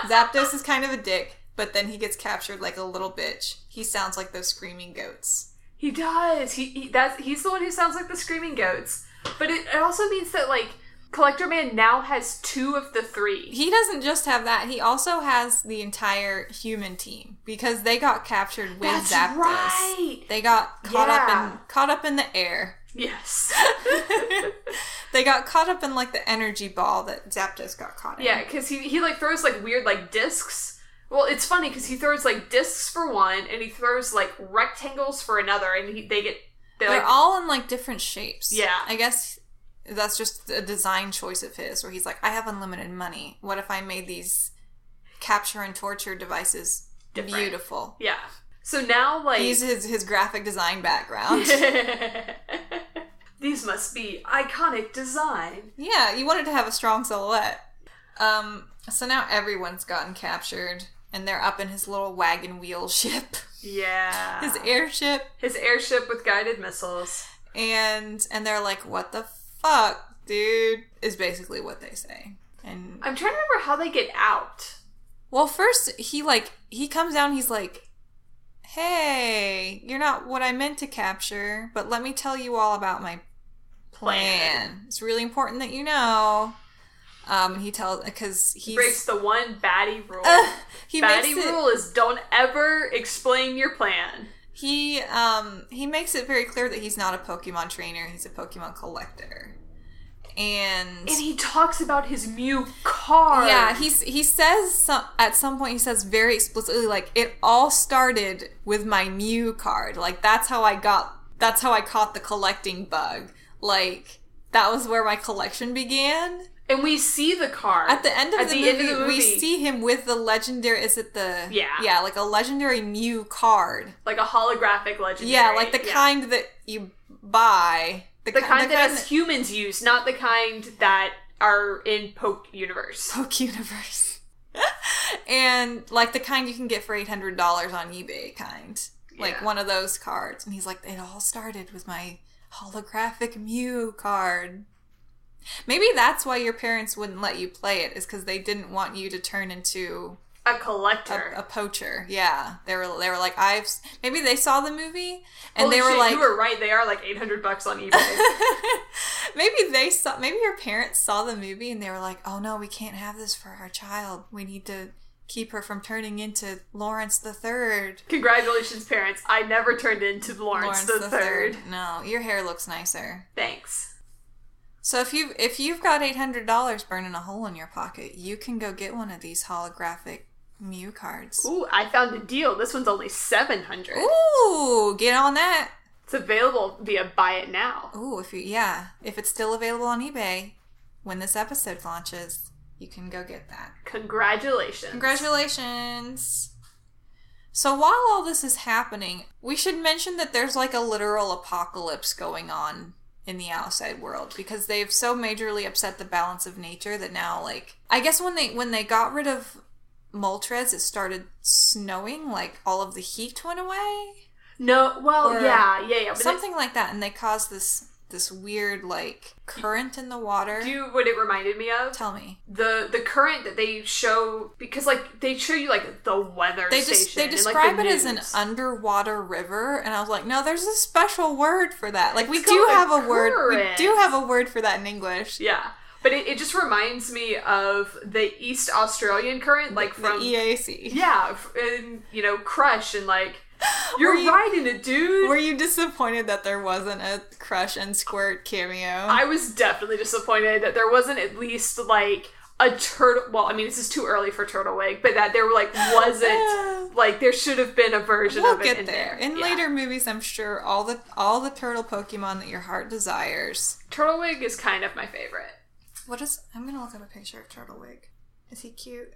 S1: Zapdos is kind of a dick, but then he gets captured like a little bitch. He sounds like those screaming goats.
S2: He does. He, he that's he's the one who sounds like the screaming goats. But it, it also means that like Collector Man now has two of the three.
S1: He doesn't just have that; he also has the entire human team because they got captured with
S2: That's
S1: Zapdos.
S2: right.
S1: They got caught up
S2: Yeah.
S1: in caught up in the air.
S2: Yes.
S1: They got caught up in like the energy ball that Zapdos got caught in.
S2: yeah, because he he like throws like weird like discs. Well, it's funny because he throws like discs for one, and he throws like rectangles for another, and he, they get they
S1: They're
S2: like
S1: all in like different shapes.
S2: Yeah.
S1: I guess that's just a design choice of his where he's like, I have unlimited money. What if I made these capture and torture devices
S2: Different.
S1: beautiful?
S2: yeah. So now like
S1: He's his, his graphic design background.
S2: these must be iconic design.
S1: yeah, you wanted to have a strong silhouette. Um, so now everyone's gotten captured and they're up in his little wagon wheel ship,
S2: Yeah.
S1: his airship,
S2: his airship with guided missiles.
S1: and and they're like, What the fuck, dude? is basically what they say. And
S2: I'm trying to remember how they get out.
S1: Well, first he like he comes down. He's like, "Hey, you're not what I meant to capture, but let me tell you all about my plan. It's really important that you know." Um, he tells because he's
S2: Breaks the one baddie rule.
S1: he makes
S2: baddie
S1: it,
S2: rule is don't ever explain your plan.
S1: he um he makes it very clear that he's not a Pokemon trainer. He's a Pokemon collector, and.
S2: And he talks about his Mew card.
S1: yeah, he's, he says some, at some point, he says very explicitly, like, it all started with my Mew card. Like, that's how I got, that's how I caught the collecting bug. Like, that was where my collection began.
S2: and we see the card
S1: At the end of,
S2: At
S1: the,
S2: the
S1: movie,
S2: end of the
S1: we
S2: movie.
S1: see him with the legendary, is it the,
S2: Yeah.
S1: yeah, like a legendary Mew card.
S2: like a holographic legendary.
S1: Yeah, like the kind that you buy.
S2: the
S1: ki-
S2: kind that us humans use, not the kind that are in Poke universe.
S1: Poke Universe. and like the kind you can get for eight hundred dollars on eBay kind, like
S2: Yeah.
S1: one of those cards. And he's like, it all started with my holographic Mew card. Maybe that's why your parents wouldn't let you play it, is because they didn't want you to turn into
S2: A
S1: a,
S2: collector.
S1: a poacher. Yeah, they were they were like, I've s- maybe they saw the movie and
S2: Holy
S1: they were
S2: shit,
S1: like,
S2: you were right. They are like eight hundred bucks on eBay.
S1: maybe they saw maybe your parents saw the movie and they were like oh no we can't have this for our child we need to keep her from turning into lawrence the third
S2: Congratulations, parents. I never turned into Lawrence, the Third.
S1: no your hair looks nicer
S2: Thanks.
S1: so if you if you've got $800 burning a hole in your pocket you can go get one of these holographic mew cards
S2: Ooh, I found a deal. This one's only seven hundred.
S1: ooh get on that
S2: It's available via Buy It Now.
S1: ooh if you yeah if it's still available on ebay when this episode launches you can go get that
S2: Congratulations.
S1: Congratulations. So while all this is happening, we should mention that there's like a literal apocalypse going on in the outside world because they've so majorly upset the balance of nature that now like I guess when they when they got rid of Moltres it started snowing like all of the heat went away
S2: No, well,
S1: Or
S2: yeah, yeah, yeah. But
S1: something like that and they caused this this weird like current in the water
S2: It, do you what it reminded me of?
S1: tell me
S2: the the current that they show because like they show you like the weather
S1: they
S2: station.
S1: just they
S2: and, like,
S1: describe
S2: the
S1: it as an
S2: news.
S1: underwater river and i was like no there's a special word for that like we
S2: It's
S1: do
S2: called a
S1: have a word we
S2: current.
S1: do have a word for that in english
S2: yeah. But it, it just reminds me of the East Australian current, like
S1: the E
S2: from
S1: eac
S2: yeah, f- and you know Crush and like you're
S1: Were you-
S2: riding it, dude.
S1: were you disappointed that there wasn't a crush and squirt cameo
S2: I was definitely disappointed that there wasn't at least like a turtle. Well, I mean, this is too early for Turtle Wig, but that there like wasn't like there should have been a version
S1: we'll
S2: of it
S1: get
S2: in
S1: there.
S2: there.
S1: in
S2: Yeah.
S1: later movies i'm sure all the all the turtle pokemon that your heart desires
S2: Turtle Wig is kind of my favorite.
S1: what is i'm gonna look up a picture of turtlewig is he cute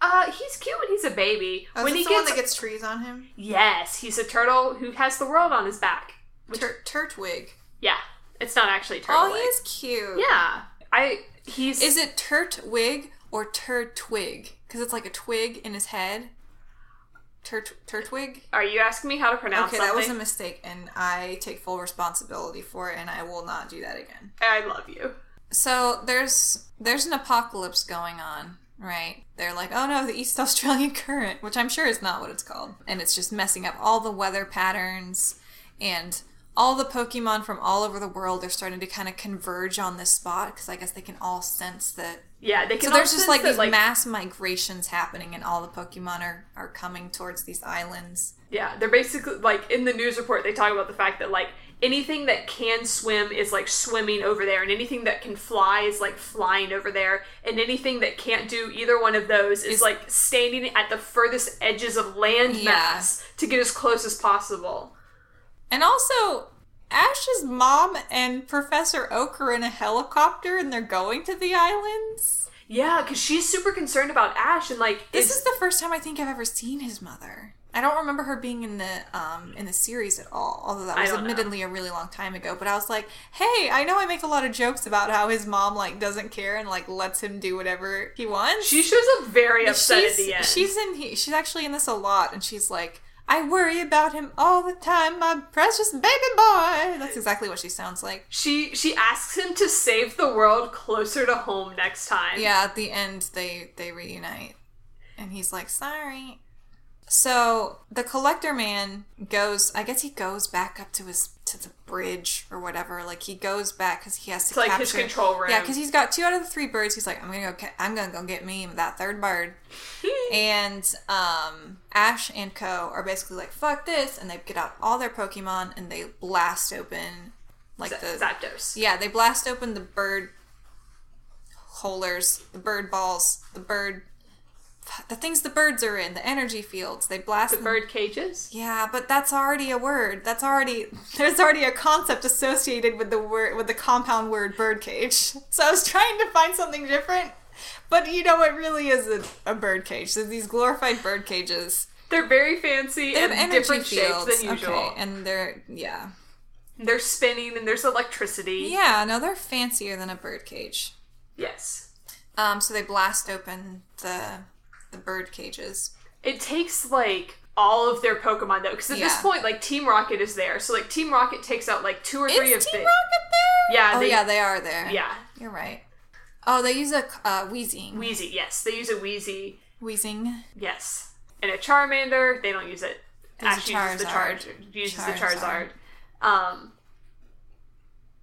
S2: Uh, he's cute when he's a baby.
S1: oh,
S2: when
S1: is
S2: he
S1: this the
S2: gets,
S1: one that gets trees on him
S2: yes, he's a turtle who has the world on his back. Which,
S1: Tur- turtwig
S2: yeah, it's not actually turtle.
S1: oh
S2: Wig.
S1: he is cute
S2: Yeah, I he's
S1: Is it Turtwig or Turtwig? Because it's like a twig in his head. Turt Turtwig.
S2: Are you asking me how to pronounce
S1: Okay, that was a
S2: something?
S1: mistake, and I take full responsibility for it, and I will not do that again.
S2: I love you.
S1: So there's there's an apocalypse going on, right? They're like, oh no, the East Australian Current, which I'm sure is not what it's called, and it's just messing up all the weather patterns, and all the Pokemon from all over the world are starting to kind of converge on this spot because I guess they can all sense that
S2: Yeah, they can.
S1: so
S2: all
S1: there's just
S2: sense
S1: like
S2: that,
S1: these mass migrations happening, and all the Pokemon are, are coming towards these islands.
S2: Yeah, they're basically like in the news report they talk about the fact that like anything that can swim is like swimming over there and anything that can fly is like flying over there and anything that can't do either one of those is, like standing at the furthest edges of land
S1: Yeah.
S2: mass to get as close as possible.
S1: And also, Ash's mom and Professor Oak are in a helicopter, and they're going to the islands.
S2: Yeah, cuz she's super concerned about Ash and like
S1: This
S2: is-
S1: is the first time I think I've ever seen his mother. I don't remember her being in the um, in the series at all, although that
S2: I
S1: was
S2: don't know.
S1: admittedly a really long time ago. But I was like, "Hey, I know I make a lot of jokes about how his mom like doesn't care and like lets him do whatever he wants."
S2: she shows up very upset
S1: she's,
S2: at the end.
S1: She's in. he- She's actually in this a lot, and she's like, "I worry about him all the time, my precious baby boy." That's exactly what she sounds like.
S2: she she asks him to save the world closer to home next time.
S1: Yeah, at the end they they reunite, and he's like, "Sorry." So the collector man goes. I guess he goes back up to his to the bridge or whatever. Like he goes back because he has to
S2: To, like, his
S1: capture-
S2: control room.
S1: Yeah, because he's got two out of the three birds. He's like, "I'm gonna go. ca- I'm gonna go get me that third bird." and um, Ash and Co are basically like, "Fuck this!" and they get out all their Pokemon and they blast open like the
S2: Zapdos.
S1: yeah, they blast open the bird holders, the bird balls, the bird the things the birds are in, the energy fields. They blast them-
S2: Bird cages?
S1: Yeah, but that's already a word. That's already there's already a concept associated with the word with the compound word birdcage. So I was trying to find something different, but you know it really is a, a birdcage. There's these glorified bird cages.
S2: They're very fancy
S1: They have
S2: and
S1: energy
S2: different
S1: fields.
S2: shapes than usual.
S1: Okay, and they're yeah.
S2: They're spinning and there's electricity.
S1: Yeah, no, they're fancier than a birdcage.
S2: Yes.
S1: Um, so they blast open the the bird cages.
S2: It takes like all of their Pokemon though, because at this
S1: Yeah.
S2: point, like Team Rocket is there, so like Team Rocket takes out like two or
S1: Is Team
S2: three of
S1: Rocket
S2: the
S1: there?
S2: Yeah,
S1: oh
S2: they-
S1: yeah, they are there.
S2: yeah
S1: You're right. Oh, they use a uh, wheezing.
S2: Wheezy. Yes, they use a Wheezy.
S1: wheezing.
S2: Yes, and a Charmander. They don't use it.
S1: There's a
S2: Ash uses the
S1: Charizard.
S2: charge. Uses
S1: Charizard.
S2: the Charizard. Um,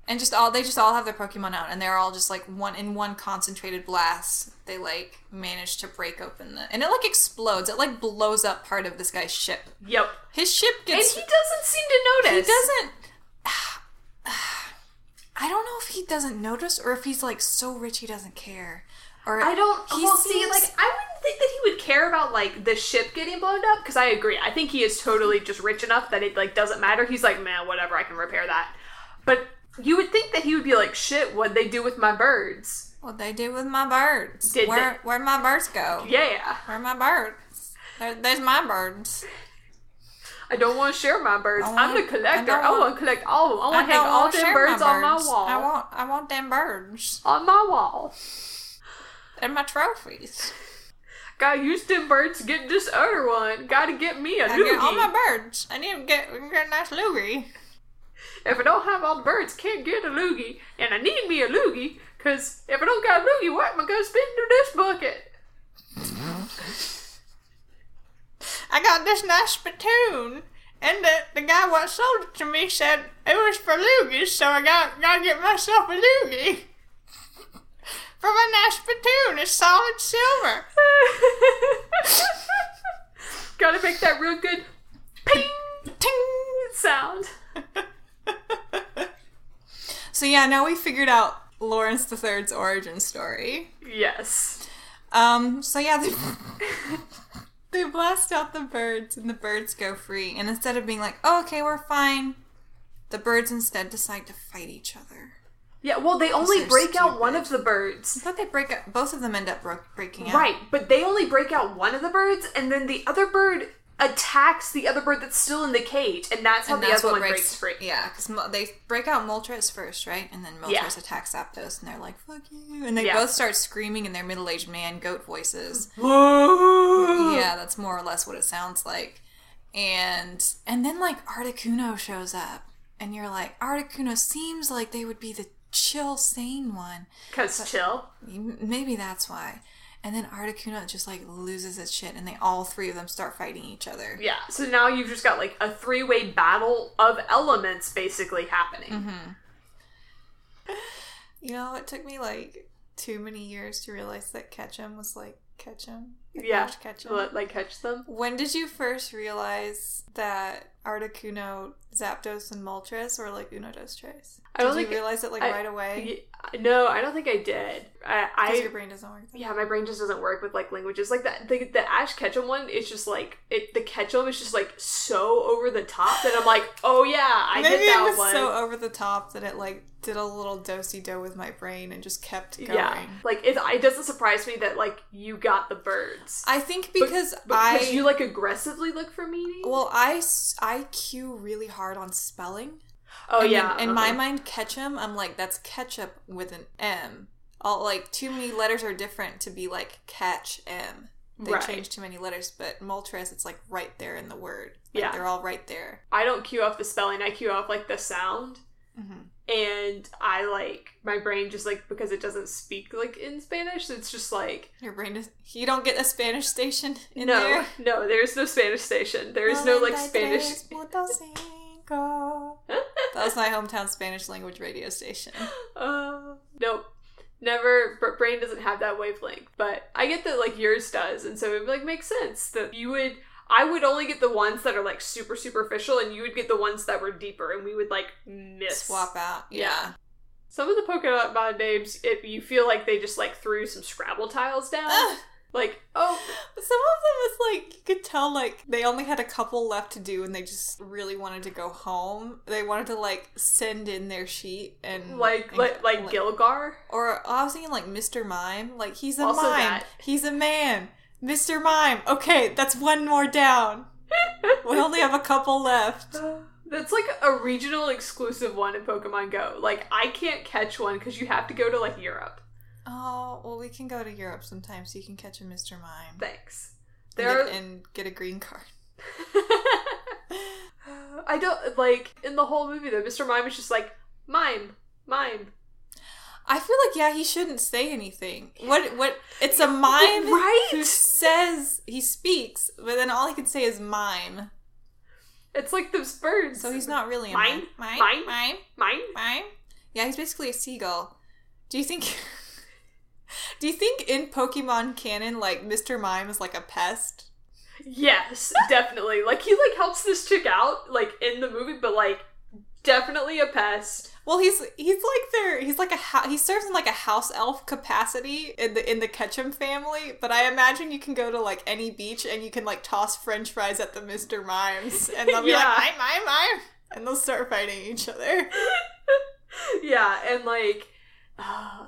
S1: And just all they just all have their Pokemon out, and they're all just like one in one concentrated blast. They like manage to break open the, and it like explodes. It like blows up part of this guy's ship.
S2: yep.
S1: His ship
S2: And
S1: gets.
S2: he doesn't seem to
S1: he
S2: notice.
S1: doesn't. I don't know if he doesn't notice or if he's like so rich he doesn't care. Or
S2: I don't.
S1: He
S2: well, see,
S1: seems-
S2: like I wouldn't think that he would care about like the ship getting blown up because I agree. I think he is totally just rich enough that it like doesn't matter. He's like, man, whatever, I can repair that. But you would think that he would be like, shit, what'd they do with my birds?
S1: what they did with my birds.
S2: Did
S1: where
S2: they-
S1: where my birds go?
S2: Yeah,
S1: Where my birds? There, there's my birds.
S2: I don't want to share my birds.
S1: I
S2: I'm the
S1: want-
S2: collector.
S1: I don't
S2: I
S1: want-
S2: want to collect all of them. I want to hang
S1: don't
S2: all
S1: wanna
S2: them
S1: share
S2: birds on my wall.
S1: I want I want them birds
S2: on my wall.
S1: and my trophies.
S2: Gotta use them birds to get this other one. Gotta get me a
S1: I
S2: loogie.
S1: get all my birds. I need to get, get a nice loogie.
S2: If I don't have all the birds, can't get a loogie, and I need me a loogie, because if I don't got a loogie, what am I going to spend in this bucket?
S1: I got this nice spittoon. And the, the guy what sold it to me said it was for loogies, so I got gotta get myself a loogie. For my nice spittoon, it's solid silver.
S2: Gotta make that real good ping
S1: Ting.
S2: sound.
S1: So yeah, now we figured out Lawrence the Third's origin story.
S2: Yes.
S1: Um, so yeah, they, they blast out the birds and the birds go free. And instead of being like, oh, okay, we're fine, the birds instead decide to fight each other.
S2: Yeah, well, they only
S1: They're
S2: break out
S1: stupid.
S2: one of the birds.
S1: I thought they break up, both of them end up bro- breaking out.
S2: Right, but they only break out one of the birds, and then the other bird attacks the other bird that's still in the cage, and that's how
S1: And
S2: the
S1: that's
S2: other
S1: what
S2: one
S1: breaks,
S2: breaks, free.
S1: Yeah, because they break out Moltres first, right? And then Moltres
S2: Yeah.
S1: attacks Zapdos and they're like, fuck you. And they
S2: Yeah.
S1: both start screaming in their middle aged man goat voices. yeah, that's more or less what it sounds like. And and then like Articuno shows up, and you're like, Articuno seems like they would be the chill, sane one.
S2: Because chill.
S1: M- Maybe that's why. And then Articuno just like loses its shit, and they all three of them start fighting each other.
S2: Yeah, so now you've just got like a three way battle of elements basically happening.
S1: You know, it took me like too many years to realize that Ketchum was like Ketchum. Like
S2: Yeah.
S1: Ash Ketchum.
S2: Let, like catch them.
S1: When did you first realize that Articuno, Zapdos, and Moltres were like Uno Dos Tres?
S2: I don't
S1: Did you
S2: think-
S1: realize it like
S2: I-
S1: right away?
S2: Y- No, I don't think I did. I,
S1: Because your
S2: I
S1: brain doesn't work. that
S2: yeah, my brain just doesn't work with like languages like that. The, the Ash Ketchum one, it's just like it. The Ketchum is just like so over the top that I'm like, oh yeah, I
S1: Maybe
S2: did that
S1: it was
S2: one.
S1: so over the top that it like did a little dosey do with my brain and just kept going.
S2: yeah, like it, it doesn't surprise me that like you got the birds
S1: I think
S2: But-
S1: because I
S2: because you like aggressively look for meaning.
S1: well I s- I cue really hard on spelling.
S2: oh
S1: And
S2: yeah,
S1: In, in my
S2: uh-huh.
S1: mind, ketchup. I'm like that's ketchup with an M. All like too many letters are different to be like catch M. They
S2: Right.
S1: change too many letters, but Moltres, it's like right there in the word. Like,
S2: Yeah.
S1: they're all right there.
S2: I don't cue off the spelling. I cue off like the sound. Mm-hmm.
S1: Mhm.
S2: and I like my brain just like because it doesn't speak like in Spanish, it's just like
S1: Your brain is. You don't get a Spanish station in
S2: no,
S1: there.
S2: no, there is no Spanish station. There is no like Spanish.
S1: 93.5. that was my hometown Spanish language radio station.
S2: Uh, no, never. But brain doesn't have that wavelength. But I get that like yours does, and so it like makes sense that you would. I would only get the ones that are like super superficial, and you would get the ones that were deeper, and we would like miss
S1: Swap out. Yeah.
S2: Some of the Pokemon names, if you feel like they just like threw some Scrabble tiles down,
S1: Ugh.
S2: like oh
S1: Some of them is like you could tell like they only had a couple left to do and they just really wanted to go home. They wanted to like send in their sheet and
S2: like
S1: and-
S2: like like Gilgar.
S1: or I was thinking like Mr. Mime. Like he's a
S2: Also
S1: mime.
S2: that.
S1: He's a man. Mr. Mime. Okay, that's one more down. we only have a couple left.
S2: That's like a regional exclusive one in Pokemon Go. Like I can't catch one because you have to go to like Europe.
S1: Oh, well, we can go to Europe sometime so you can catch a Mr. Mime.
S2: Thanks.
S1: And
S2: There
S1: get- and get a green card.
S2: I don't like in the whole movie though. Mr. Mime is just like mime, mime.
S1: I feel like yeah, he shouldn't say anything. What what it's a mime
S2: Right?
S1: who says he speaks, but then all he can say is mime.
S2: It's like those birds.
S1: So he's not really a
S2: Mime?
S1: Mime? Mime?
S2: Mime?
S1: Mime?
S2: mime.
S1: Mime? Yeah, he's basically a seagull. Do you think Do you think in Pokemon canon like Mr. Mime is like a pest?
S2: Yes, definitely. Like he like helps this chick out like in the movie, but like definitely a pest.
S1: Well, he's he's like their he's like a hou- he serves in like a house elf capacity in the in the Ketchum family. But I imagine you can go to like any beach and you can like toss French fries at the Mister Mimes, and they'll be
S2: Yeah.
S1: like mime mime mime, and they'll start fighting each other.
S2: Yeah, and like, uh,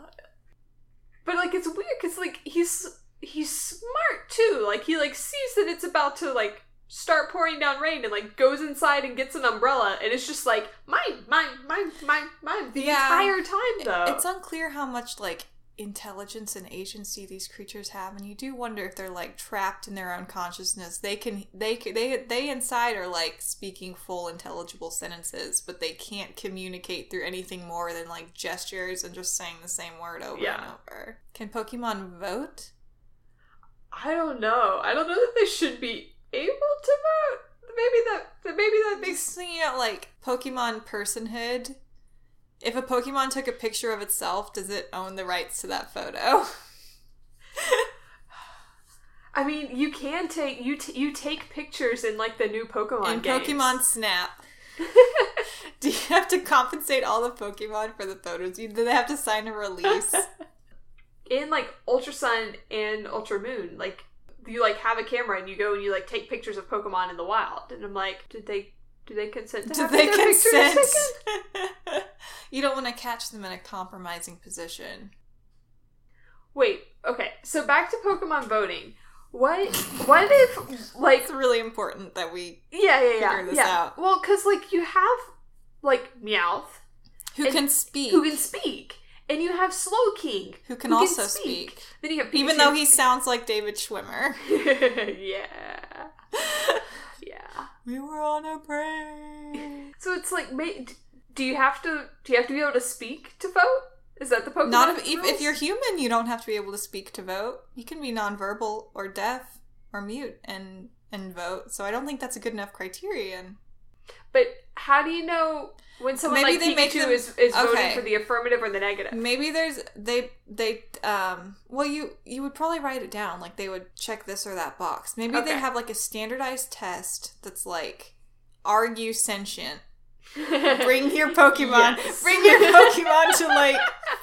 S2: but like it's weird because like he's he's smart too. Like he like sees that it's about to like start pouring down rain and like goes inside and gets an umbrella and it's just like mine mine mine mine mine the
S1: Yeah.
S2: entire time though.
S1: It's unclear how much like intelligence and agency these creatures have, and you do wonder if they're like trapped in their own consciousness. They can they c- they they inside are like speaking full intelligible sentences, but they can't communicate through anything more than like gestures and just saying the same word over and
S2: Yeah.
S1: over. Can Pokemon vote?
S2: I don't know. I don't know that they should be able to vote. Maybe that maybe that makes
S1: Just thinking about like Pokemon personhood. If a Pokemon took a picture of itself, does it own the rights to that photo?
S2: I mean, you can take you t- you take pictures in like the new Pokemon
S1: in
S2: games.
S1: Pokemon Snap. Do you have to compensate all the Pokemon for the photos? You- Do they have to sign a release?
S2: in like Ultra Sun and Ultra Moon, like you like have a camera and you go and you like take pictures of Pokemon in the wild. And I'm like, did they do they consent to
S1: Do
S2: having
S1: they
S2: their pictures
S1: consent?
S2: taken?
S1: you don't want to catch them in a compromising position.
S2: Wait, okay. So back to Pokemon voting. What what if like
S1: It's really important that we
S2: yeah yeah yeah
S1: Figure this
S2: yeah.
S1: out.
S2: Well, because like you have like Meowth
S1: who
S2: And
S1: can speak,
S2: who can speak, and you have Slowking
S1: Who can also speak.
S2: Then you have
S1: even
S2: Pikachu-
S1: though he sounds like David Schwimmer.
S2: yeah. yeah.
S1: We were on a break.
S2: So it's like, ma- do you have to? Do you have to be able to speak to vote? Is that the Pokemon?
S1: Not if, if if
S2: rules?
S1: you're human, you don't have to be able to speak to vote. You can be nonverbal or deaf or mute and and vote. So I don't think that's a good enough criterion.
S2: But how do you know when someone
S1: Maybe they
S2: like Pikachu
S1: make them-
S2: is is
S1: okay.
S2: voting for the affirmative or the negative?
S1: Maybe there's they they um well you you would probably write it down like they would check this or that box. Maybe they
S2: Okay.
S1: have like a standardized test that's like are you sentient? Bring your Pokemon.
S2: Yes.
S1: Bring your Pokemon to like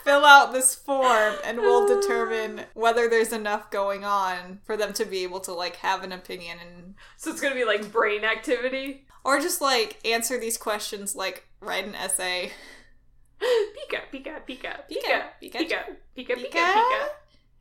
S1: fill out this form and we'll determine whether there's enough going on for them to be able to like have an opinion and
S2: so it's gonna be like brain activity.
S1: or just like answer these questions like write an essay.
S2: Pika, Pika, Pika, Pika,
S1: Pika,
S2: Pika, Pika, Pika,
S1: Pika.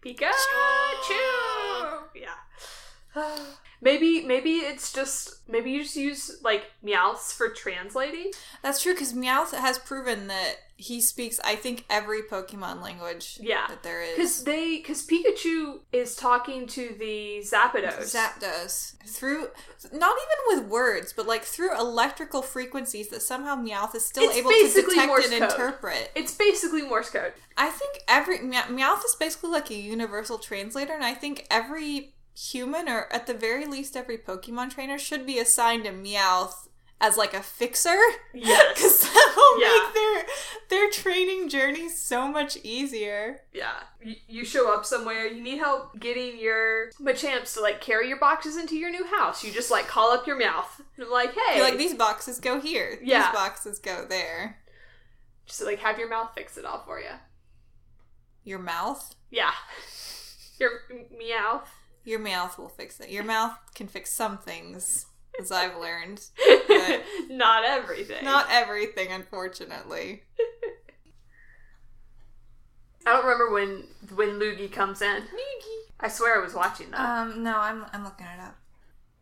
S2: Pika, Pika, Pikachu. Yeah. Maybe maybe it's just maybe you just use like meows for translating.
S1: That's true because Meowth has proven that he speaks, I think, every Pokemon language
S2: Yeah.
S1: that there is.
S2: Because they, because Pikachu is talking to the Zapdos.
S1: Zapdos through not even with words, but like through electrical frequencies that somehow Meowth is still
S2: It's
S1: able to
S2: basically
S1: detect
S2: Morse
S1: and
S2: code.
S1: interpret.
S2: it's basically Morse code.
S1: I think every Meow- Meowth is basically like a universal translator, and I think every human or at the very least every Pokemon trainer should be assigned a Meowth as like a fixer. Because
S2: Yes.
S1: that will
S2: Yeah.
S1: make their their training journey so much easier.
S2: yeah. You, you show up somewhere. You need help getting your Machamps to like carry your boxes into your new house. You just like call up your mouth and like, hey,
S1: You're like these boxes go here.
S2: Yeah.
S1: These boxes go there.
S2: just like have your mouth fix it all for you.
S1: Your mouth,
S2: Yeah. Your m- meow.
S1: your mouth will fix it. Your mouth can fix some things, as I've learned.
S2: Not everything.
S1: Not everything, unfortunately.
S2: I don't remember when when Luigi comes in. I swear I was watching that.
S1: Um, no, I'm I'm looking it up.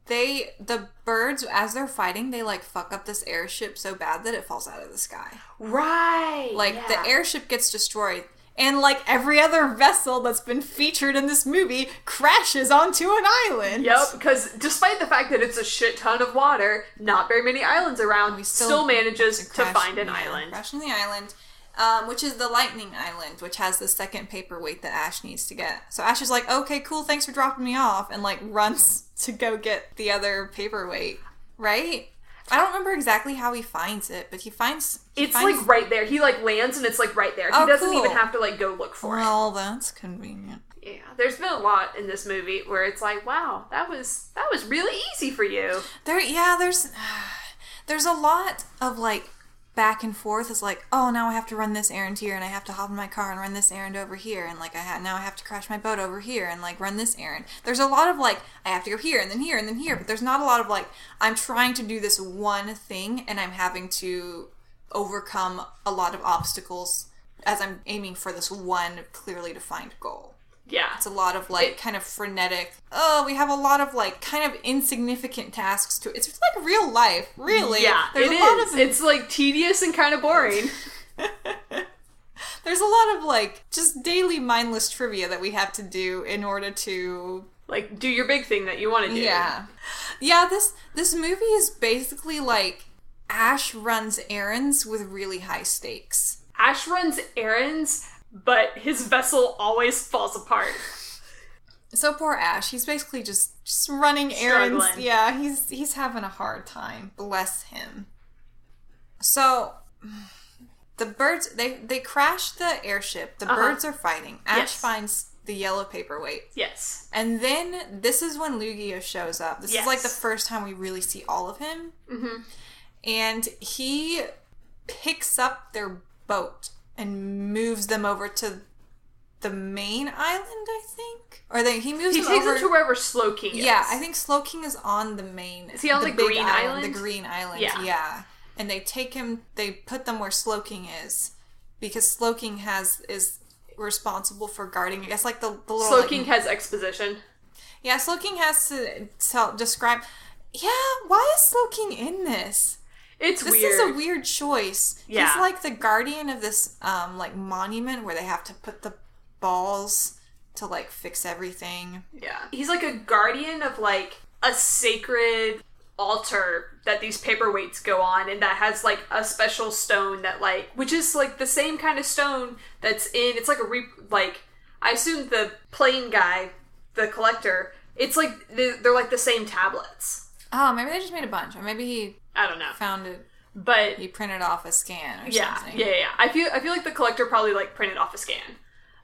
S1: They the birds as they're fighting, they like fuck up this airship so bad that it falls out of the sky.
S2: right.
S1: Like
S2: yeah.
S1: the airship gets destroyed. And like every other vessel that's been featured in this movie crashes onto an island.
S2: Yep, because despite the fact that it's a shit ton of water, not very many islands around, we still, manages to
S1: Crash-
S2: find an
S1: yeah,
S2: island.
S1: Crashing the island, um, which is the Lightning Island, which has the second paperweight that Ash needs to get. So Ash is like, okay, cool, thanks for dropping me off, and like runs to go get the other paperweight, right? I don't remember exactly how he finds it, but he finds. He
S2: It's
S1: finds
S2: like right there. He like lands and it's like right there. He
S1: Oh,
S2: doesn't even
S1: cool.
S2: have to like go look for it.
S1: Well, that's convenient.
S2: Yeah, there's been a lot in this movie where it's like, wow, that was that was really easy for you.
S1: There, yeah, there's there's a lot of like back and forth. It's like, oh, now I have to run this errand here, and I have to hop in my car and run this errand over here, and like I ha- now I have to crash my boat over here and like run this errand. There's a lot of like I have to go here and then here and then here, but there's not a lot of like I'm trying to do this one thing and I'm having to overcome a lot of obstacles as I'm aiming for this one clearly defined goal
S2: Yeah.
S1: it's a lot of like kind of frenetic oh we have a lot of like kind of insignificant tasks to it's like real life really
S2: yeah,
S1: there's
S2: it
S1: a lot
S2: is.
S1: of
S2: it's like tedious and kind of boring.
S1: there's a lot of like just daily mindless trivia that we have to do in order to
S2: like do your big thing that you want to do.
S1: yeah yeah this this movie is basically like ash runs errands with really high stakes
S2: Ash runs errands, but his vessel always falls apart.
S1: so poor ash he's basically just just running errands
S2: Struggling.
S1: yeah he's he's having a hard time bless him so the birds they they crash the airship the birds are fighting ash
S2: Uh-huh. Yes.
S1: finds the yellow paperweight
S2: Yes.
S1: and then this is when lugia shows up this is like
S2: Yes.
S1: the first time we really see all of him mm-hmm. and he picks up their boat and moves them over to the main island i think or they, he moves
S2: He
S1: them
S2: takes
S1: over
S2: it to wherever Slow King is.
S1: yeah, I think Slow King is on the main. Is
S2: he on the Green Island?
S1: The Green Island.
S2: Yeah.
S1: Yeah. And they take him. They put them where Slow King is, because Slow King has is responsible for guarding. I guess like the, the little.
S2: Slow
S1: like,
S2: King has exposition.
S1: yeah, Slow King has to tell describe. Yeah, why is Slow King in this?
S2: It's
S1: This
S2: weird.
S1: is a weird choice.
S2: Yeah.
S1: He's like the guardian of this um like monument where they have to put the balls to like fix everything.
S2: Yeah. He's like a guardian of like a sacred altar that these paperweights go on and that has like a special stone that like which is like the same kind of stone that's in it's like a re- like I assume the plain guy, the collector, it's like they're, they're like the same tablets.
S1: Oh, maybe they just made a bunch, or maybe he
S2: I don't know.
S1: found it
S2: But
S1: He printed off a scan or
S2: yeah, yeah,
S1: something.
S2: yeah, yeah. I feel I feel like the collector probably like printed off a scan.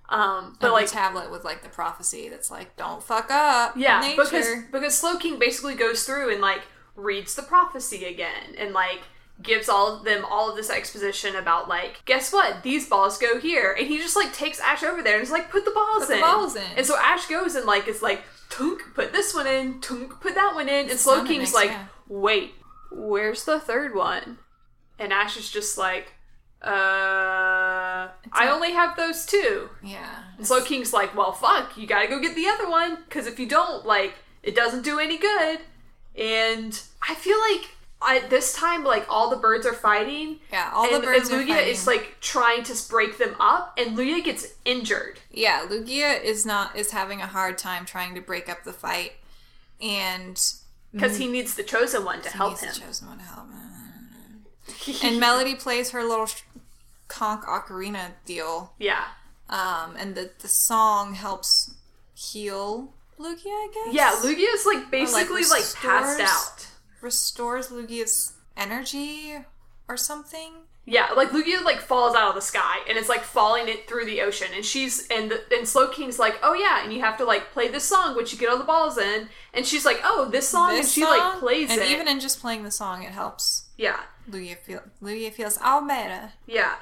S2: Um but
S1: But
S2: like
S1: like tablet with like the prophecy that's like, don't fuck up.
S2: Yeah,
S1: nature.
S2: because because Slow King basically goes through and like reads the prophecy again and like gives all of them all of this exposition about like guess what these balls go here and he just like takes Ash over there and is like put the balls
S1: the
S2: in
S1: balls in.
S2: and so Ash goes and like is like tunk put this one in tunk put that one in and Slow
S1: sounded
S2: King's
S1: nice,
S2: like
S1: yeah.
S2: wait where's the third one and Ash is just like uh I
S1: not-
S2: only have those two
S1: yeah.
S2: Slow King's like, well, fuck, you gotta go get the other one, because if you don't, like, it doesn't do any good. And I feel like at this time, like, all the birds are fighting.
S1: Yeah, all the
S2: and,
S1: birds
S2: and
S1: are
S2: Lugia is,
S1: fighting.
S2: like, trying to break them up, and Lugia gets injured.
S1: Yeah, Lugia is not is having a hard time trying to break up the fight and
S2: Because he needs the chosen one to help
S1: he's
S2: him.
S1: Mm-hmm. the chosen one to help. and Melody plays her little sh- conch ocarina deal.
S2: yeah,
S1: Um and the the song helps heal Lugia, I guess.
S2: yeah. Lugia is like basically like, passed
S1: restores-
S2: out.
S1: restores Lugia's energy or something.
S2: Yeah, like Lugia like falls out of the sky and it's like falling it through the ocean, and she's and the, and Slow King's like, oh yeah, and you have to like play this song which you get all the balls in, and she's like, oh this song, and
S1: this
S2: she like
S1: song,
S2: plays
S1: and
S2: it.
S1: even in just playing the song, it helps
S2: yeah,
S1: Lugia feel. Lugia feels all better.
S2: yeah,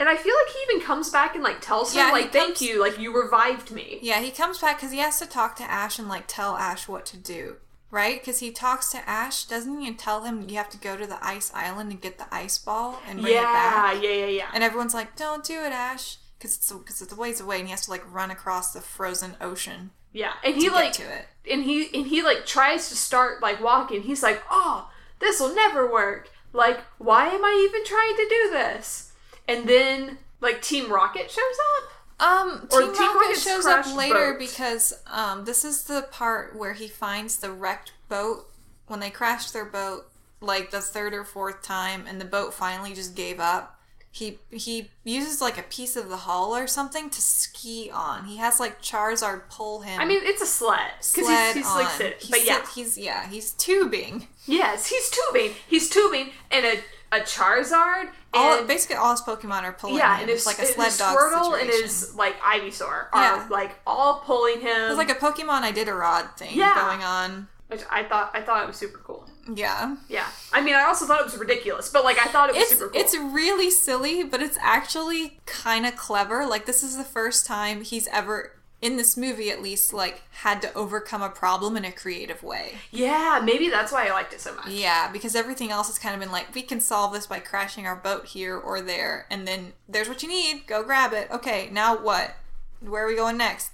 S2: and I feel like he even comes back and like tells her
S1: Yeah, he
S2: like, thank
S1: comes-
S2: you, like you revived me.
S1: Yeah, he comes back because he has to talk to Ash and like tell Ash what to do, right? Because he talks to Ash, doesn't he, and tell him you have to go to the ice island and get the ice ball and bring it
S2: Yeah,
S1: back.
S2: yeah, yeah, yeah.
S1: And everyone's like, "Don't do it, Ash," because it's because it's a ways away, and he has to like run across the frozen ocean
S2: Yeah, and he
S1: to
S2: like
S1: get to it.
S2: and he and he like tries to start like walking. He's like, "Oh, this will never work. Like, why am I even trying to do this?" And then like Team Rocket shows up.
S1: Um,
S2: Or
S1: Team
S2: Team
S1: Rocket
S2: Rocket's
S1: shows up
S2: crashed
S1: later
S2: boat.
S1: because um, this is the part where he finds the wrecked boat when they crashed their boat like the third or fourth time, and the boat finally just gave up. He he uses like a piece of the hull or something to ski on. He has like Charizard pull him.
S2: I mean, it's a sled because he's,
S1: sled
S2: he's
S1: on.
S2: like sit,
S1: He's
S2: but yeah,
S1: sit- he's yeah, he's tubing.
S2: yes, he's tubing. He's tubing and a a Charizard
S1: All
S2: and
S1: basically all his Pokemon are pulling
S2: yeah,
S1: him.
S2: and
S1: it's
S2: his,
S1: like a
S2: and
S1: sled
S2: his
S1: dog
S2: Squirtle
S1: situation.
S2: and his like Ivysaur are
S1: Yeah.
S2: like all pulling him.
S1: It's like a Pokemon Iditarod thing
S2: Yeah.
S1: going on.
S2: which I thought I thought it was super cool.
S1: Yeah.
S2: Yeah, I mean, I also thought it was ridiculous, but like I thought it was
S1: it's
S2: super cool.
S1: it's really silly, but it's actually kind of clever. Like this is the first time he's ever in this movie at least like had to overcome a problem in a creative way.
S2: yeah, maybe that's why I liked it so much.
S1: Yeah, because everything else has kind of been like we can solve this by crashing our boat here or there and then there's what you need, go grab it. Okay, now what? Where are we going next?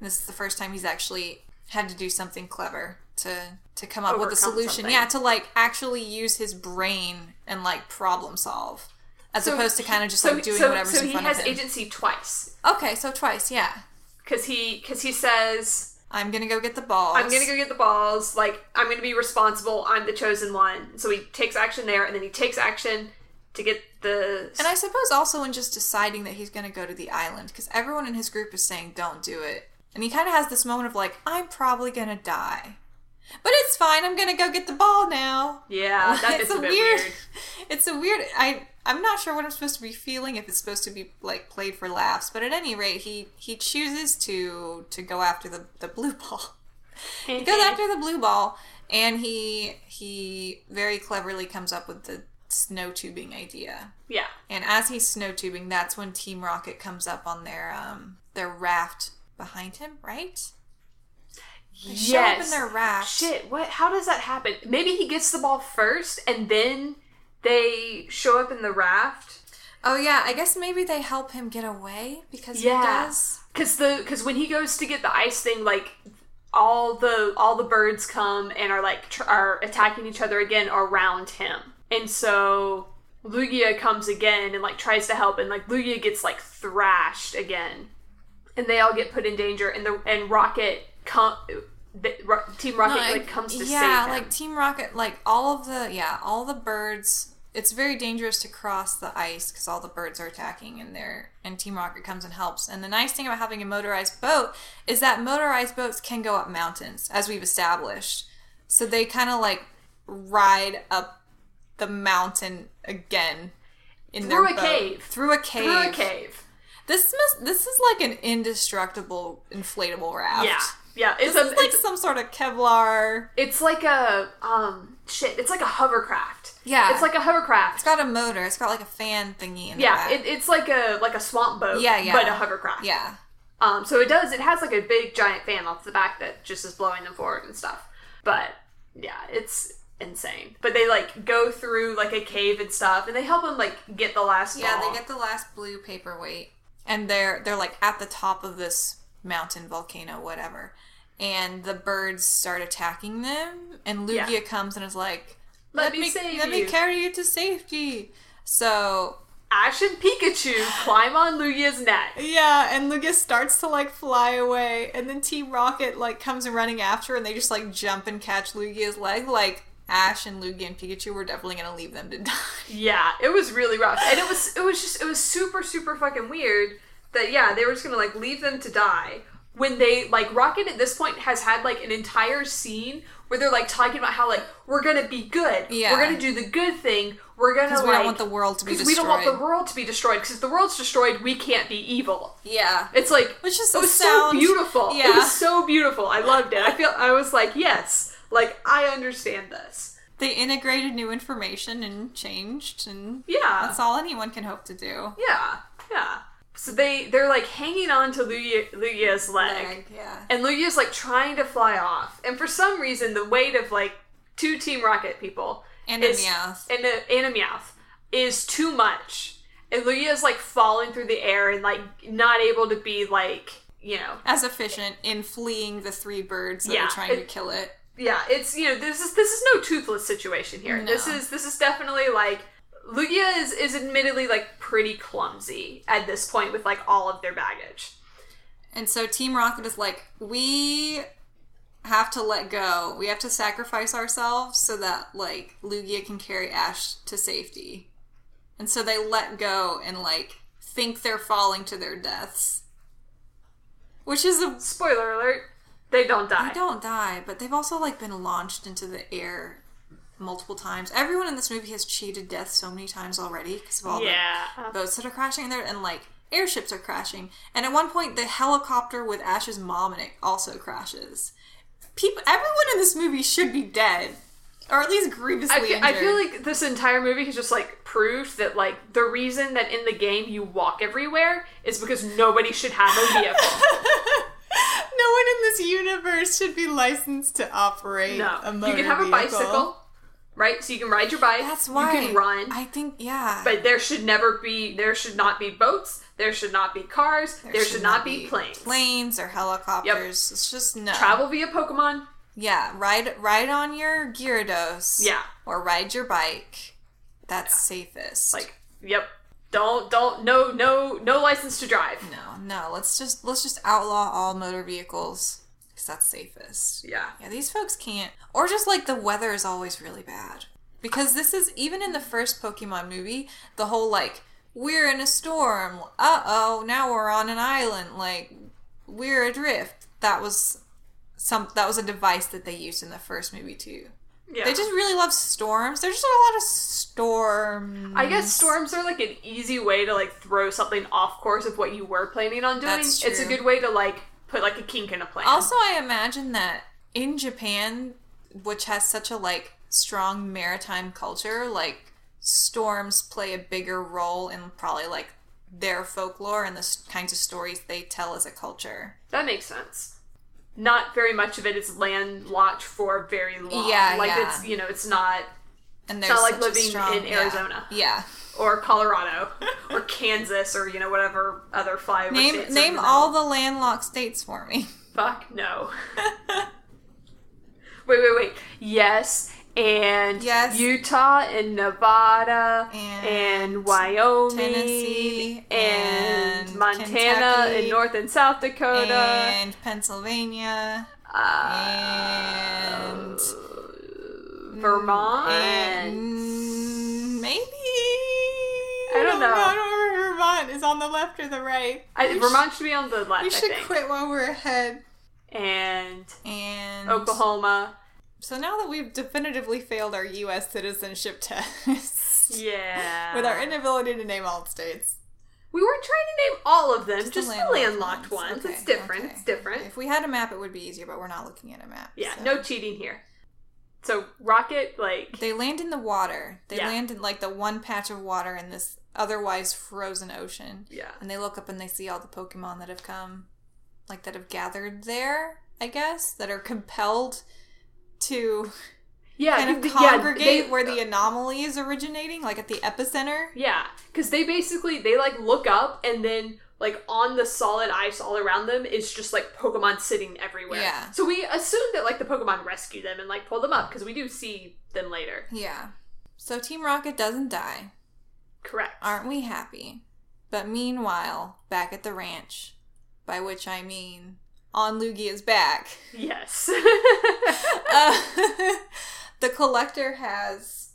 S1: And this is the first time he's actually had to do something clever to to come up with a
S2: Overcome
S1: solution.
S2: something.
S1: Yeah, to like actually use his brain and like problem solve as opposed to kind of just
S2: so,
S1: like doing
S2: so,
S1: whatever's
S2: So
S1: in
S2: he
S1: front
S2: has
S1: of him.
S2: agency twice
S1: okay, so twice, yeah.
S2: because he because he says
S1: I'm gonna go get the balls.
S2: I'm gonna go get the balls. Like I'm gonna be responsible. I'm the chosen one. So he takes action there, and then he takes action to get the.
S1: And I suppose also in just deciding that he's going to go to the island, because everyone in his group is saying, don't do it. And he kind of has this moment of like, I'm probably going to die. But it's fine, I'm going to go get the ball now.
S2: yeah, that bit's
S1: it's
S2: a bit weird.
S1: It's a weird. I, I'm not sure what I'm supposed to be feeling if it's supposed to be like played for laughs, but at any rate, he, he chooses to to go after the, the blue ball. He goes after the blue ball, and he he very cleverly comes up with the snow tubing idea.
S2: Yeah,
S1: And as he's snow tubing, that's when Team Rocket comes up on their um their raft behind him, right? They show up in
S2: Yes.
S1: their raft.
S2: Shit, what? How does that happen? Maybe he gets the ball first, and then they show up in the raft.
S1: Oh yeah, I guess maybe they help him get away because
S2: Yeah.
S1: he does.
S2: Cause the cause when he goes to get the ice thing, like all the all the birds come and are like tr- are attacking each other again around him, and so Lugia comes again and like tries to help, and like Lugia gets like thrashed again, and they all get put in danger, and the and Rocket come. The, Ro- Team Rocket like comes to
S1: yeah,
S2: save him.
S1: like Team Rocket, like all of the yeah, all the birds. It's very dangerous to cross the ice because all the birds are attacking, and they're and Team Rocket comes and helps. And the nice thing about having a motorized boat is that motorized boats can go up mountains, as we've established. So they kind of like ride up the mountain again in
S2: Through
S1: their
S2: a
S1: boat.
S2: cave.
S1: through a cave,
S2: through a cave.
S1: This must, this is like an indestructible inflatable raft.
S2: Yeah, yeah. It's
S1: This
S2: a
S1: is like
S2: it's,
S1: some sort of Kevlar.
S2: it's like a um shit. It's like a hovercraft.
S1: Yeah.
S2: it's like a hovercraft.
S1: It's got a motor. It's got like a fan thingy in the
S2: Yeah,
S1: back.
S2: it, it's like a like a swamp boat.
S1: Yeah, yeah.
S2: But a hovercraft.
S1: yeah.
S2: Um. So it does. It has like a big giant fan off the back that just is blowing them forward and stuff. But yeah, it's insane. But they like go through like a cave and stuff, and they help him like get the last.
S1: Yeah,
S2: ball.
S1: they get the last blue paperweight, and they're they're like at the top of this mountain volcano, whatever. And the birds start attacking them, and Lugia
S2: Yeah.
S1: comes and is like,
S2: Let me save
S1: let me
S2: you."
S1: carry you to safety." So
S2: Ash and Pikachu climb on Lugia's neck.
S1: yeah, and Lugia starts to like fly away, and then Team Rocket like comes running after, and they just like jump and catch Lugia's leg. Like Ash and Lugia and Pikachu were definitely gonna leave them to die.
S2: Yeah, it was really rough, and it was it was just it was super super fucking weird that yeah they were just gonna like leave them to die when they like Rocket at this point has had like an entire scene where they're like talking about how like we're gonna be good,
S1: Yeah.
S2: we're gonna do the good thing, we're gonna
S1: Because we
S2: like
S1: don't want the world to be
S2: because
S1: destroyed.
S2: we don't want the world to be destroyed because if the world's destroyed we can't be evil.
S1: Yeah.
S2: It's like
S1: Which is
S2: it
S1: a
S2: was
S1: sound-
S2: so beautiful. It
S1: Yeah.
S2: was so beautiful. I loved it. I feel I was like yes, like I understand this.
S1: They integrated new information and changed, and
S2: Yeah.
S1: that's all anyone can hope to do.
S2: Yeah, yeah. So they they're like hanging on to Lugia, Lugia's leg,
S1: Like, yeah.
S2: and Lugia's like trying to fly off. And for some reason, the weight of like two Team Rocket people
S1: And a
S2: is-
S1: Meowth.
S2: and a, and a Meowth is too much. And Lugia's like falling through the air and like not able to be like you know
S1: As efficient in fleeing the three birds that
S2: Yeah,
S1: were trying to
S2: it-
S1: kill it.
S2: yeah it's you know this is this is no toothless situation here. This
S1: No.
S2: is this is definitely like Lugia is is admittedly like pretty clumsy at this point with like all of their baggage.
S1: And so Team Rocket is like, we have to let go. We have to sacrifice ourselves so that like Lugia can carry Ash to safety. And so they let go and like think they're falling to their deaths. Which is a
S2: Spoiler alert: they don't die.
S1: they don't die, but they've also like been launched into the air multiple times. Everyone in this movie has cheated death so many times already because of all the
S2: yeah,
S1: boats that are crashing in there and like airships are crashing and at one point the helicopter with ash's mom in it also crashes people everyone in this movie should be dead or at least grievously
S2: I feel,
S1: injured
S2: I feel like this entire movie has just like proved that like the reason that in the game you walk everywhere is because nobody should have a vehicle.
S1: no one in this universe should be licensed to operate
S2: No,
S1: a motor
S2: you can have a
S1: vehicle.
S2: bicycle, right? So you can ride your bike.
S1: that's why
S2: you can run.
S1: i think yeah
S2: but there should never be. There should not be boats. There should not be cars. There, should, not be planes.
S1: planes or helicopters it's just no
S2: Travel via Pokemon.
S1: Yeah, ride ride on your Gyarados.
S2: Yeah.
S1: Or ride your bike. That's safest.
S2: Like, yep. Don't don't no no no license to drive.
S1: no, no. Let's just let's just outlaw all motor vehicles because that's safest.
S2: Yeah.
S1: Yeah, these folks can't. Or just like the weather is always really bad. Because this is even in the first Pokemon movie, the whole like we're in a storm. Uh oh, now we're on an island. Like we're adrift. That was some that was a device that they used in the first movie too.
S2: Yeah.
S1: They just really love storms. There's just a lot of storms.
S2: I guess storms are like an easy way to like throw something off course of what you were planning on doing.
S1: That's
S2: It's a
S1: true.
S2: good way to like put like a kink in a plan.
S1: Also, I imagine that in Japan, which has such a like strong maritime culture, like storms play a bigger role in probably like their folklore and the s- kinds of stories they tell as a culture.
S2: that makes sense. Not very much of it is landlocked for very long.
S1: Yeah,
S2: like
S1: yeah.
S2: it's you know it's not
S1: And
S2: not
S1: there's
S2: like
S1: such a
S2: living
S1: strong-
S2: in
S1: yeah.
S2: Arizona.
S1: Yeah.
S2: or Colorado or Kansas or you know whatever other flyover
S1: Name
S2: states are in
S1: name
S2: the
S1: all the landlocked states for me.
S2: Fuck no. wait, wait, wait. Yes, and
S1: Yes.
S2: Utah and Nevada
S1: And
S2: and, Wyoming
S1: Tennessee
S2: and,
S1: and
S2: Montana
S1: Kentucky
S2: and North and South Dakota.
S1: and Pennsylvania.
S2: uh,
S1: And
S2: Vermont.
S1: And Mm, maybe. I
S2: don't know.
S1: I don't remember if Vermont is on the left or the right.
S2: I, Vermont should be on the left,
S1: We
S2: I
S1: should
S2: think.
S1: quit while we're ahead.
S2: And
S1: And
S2: Oklahoma.
S1: So now that we've definitively failed our U.S. citizenship test
S2: Yeah.
S1: with our inability to name all states,
S2: We weren't trying to name all of them, just, the landlocked, ones.
S1: ones.
S2: It's
S1: Okay,
S2: different.
S1: okay.
S2: It's different.
S1: If we had a map, it would be easier, but we're not looking at a map.
S2: Yeah,
S1: so.
S2: no cheating here. So Rocket, like,
S1: They land in the water. They
S2: Yeah.
S1: land in like the one patch of water in this otherwise frozen ocean.
S2: yeah,
S1: And they look up and they see all the Pokemon that have come, like that have gathered there, I guess, that are compelled to
S2: yeah,
S1: kind of
S2: th- yeah,
S1: congregate
S2: they- uh,
S1: where the anomaly is originating, like at the epicenter.
S2: yeah, because they basically they like look up and then like on the solid ice all around them is just like Pokemon sitting everywhere.
S1: Yeah.
S2: So we assume that like the Pokemon rescue them and like pull them up because we do see them later.
S1: Yeah. So Team Rocket doesn't die.
S2: Correct.
S1: Aren't we happy? But meanwhile, back at the ranch, by which I mean on Lugia's back.
S2: Yes.
S1: Uh, the collector has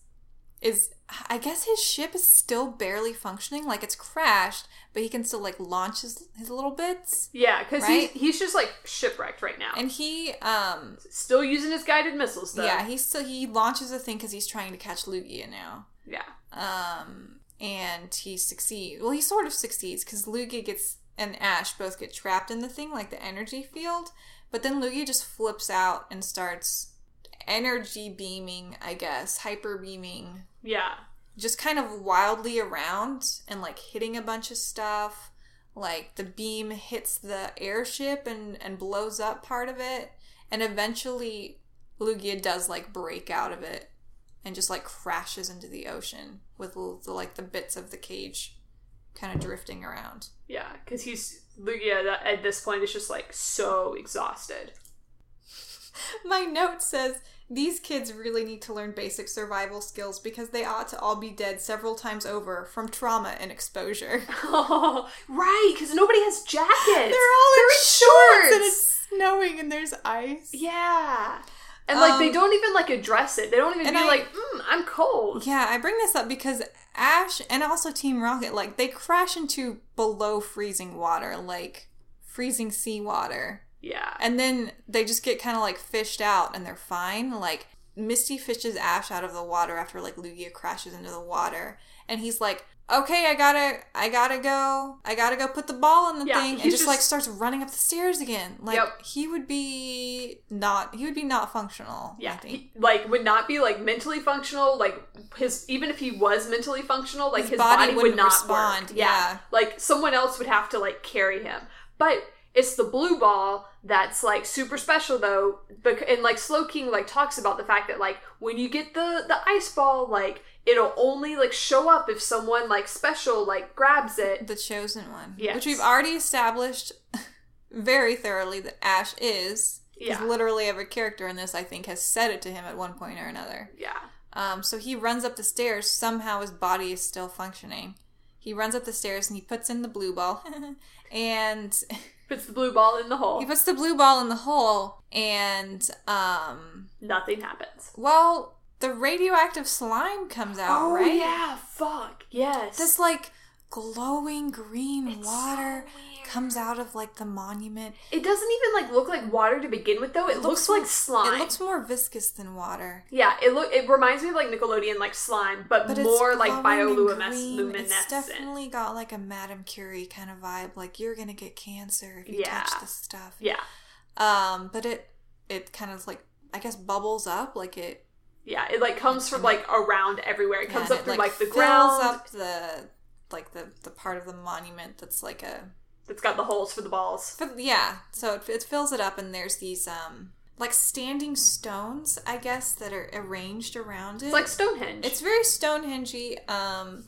S1: is I guess his ship is still barely functioning, like it's crashed, but he can still like launch his his little bits.
S2: yeah, because
S1: Right?
S2: he's he's just like shipwrecked right now.
S1: And he um
S2: Still using his guided missiles though.
S1: yeah, he still he launches a thing cuz he's trying to catch Lugia now.
S2: yeah.
S1: Um and he succeeds. Well, he sort of succeeds cuz Lugia gets and Ash both get trapped in the thing like the energy field, but then Lugia just flips out and starts energy beaming, I guess, hyper beaming
S2: Yeah.
S1: just kind of wildly around and like hitting a bunch of stuff. Like the beam hits the airship and and blows up part of it, and eventually Lugia does like break out of it and just like crashes into the ocean with l- the like the bits of the cage kind of drifting around.
S2: Yeah, because he's Lugia at- at this point is just like so exhausted.
S1: My note says these kids really need to learn basic survival skills because they ought to all be dead several times over from trauma and exposure.
S2: Oh, right, because nobody has jackets. They're all
S1: shorts and it's snowing and there's ice.
S2: Yeah. And like they
S1: Um,
S2: don't even like address it. They don't even
S1: and
S2: be
S1: I-
S2: like, mm, I'm cold.
S1: Yeah, I bring this up because Ash and also Team Rocket, like, they crash into below freezing water, like freezing seawater.
S2: Yeah.
S1: And then they just get kind of like fished out and they're fine. Like, Misty fishes Ash out of the water after like Lugia crashes into the water. And he's like, okay, I gotta, I gotta go, I gotta go put the ball in the
S2: Yeah,
S1: thing. And
S2: he's
S1: just, like
S2: just-
S1: starts running up the stairs again. Like,
S2: Yep.
S1: he would be not, he would be not functional. I
S2: Yeah.
S1: think.
S2: He, like would not be like mentally functional. Like his even if he was mentally functional, like his,
S1: His
S2: body,
S1: body
S2: would
S1: wouldn't
S2: not
S1: respond,
S2: Work.
S1: yeah.
S2: Like someone else would have to like carry him. But it's the blue ball that's like super special though. Bec- and like Slow King like talks about the fact that like when you get the the ice ball, like it'll only like show up if someone like special like grabs it.
S1: the chosen one
S2: Yes.
S1: which we've already established very thoroughly that ash is
S2: Yeah.
S1: because literally every character in this i think has said it to him at one point or another
S2: Yeah.
S1: um, so he runs up the stairs somehow his body is still functioning he runs up the stairs and he puts in the blue ball and
S2: Puts the blue ball in the hole.
S1: he puts the blue ball in the hole and um,
S2: Nothing happens.
S1: well the radioactive slime comes out
S2: Oh
S1: right
S2: yeah, fuck. Yes.
S1: this like glowing green
S2: It's so
S1: water
S2: weird.
S1: comes out of like the monument
S2: It doesn't even like look like water to begin with, though. It, looks, like slime.
S1: It looks more viscous than water.
S2: yeah, it look. It reminds me of like Nickelodeon, like slime, but,
S1: But
S2: more
S1: it's
S2: like
S1: glowing and green. It's
S2: bioluminescent.
S1: definitely got like a Madame Curie kind of vibe. Like you're gonna get cancer if you
S2: Yeah.
S1: touch this stuff.
S2: Yeah,
S1: Um, but it it kind of like I guess bubbles up. Like it
S2: yeah. It like comes from like around everywhere. It comes
S1: and
S2: up
S1: it,
S2: through like, the
S1: fills
S2: ground.
S1: up the like the the part of the monument that's like a
S2: It's got the holes for the balls.
S1: but yeah. So it, it fills it up and there's these um like standing stones I guess that are arranged around it.
S2: It's like Stonehenge.
S1: It's very Stonehenge-y, um,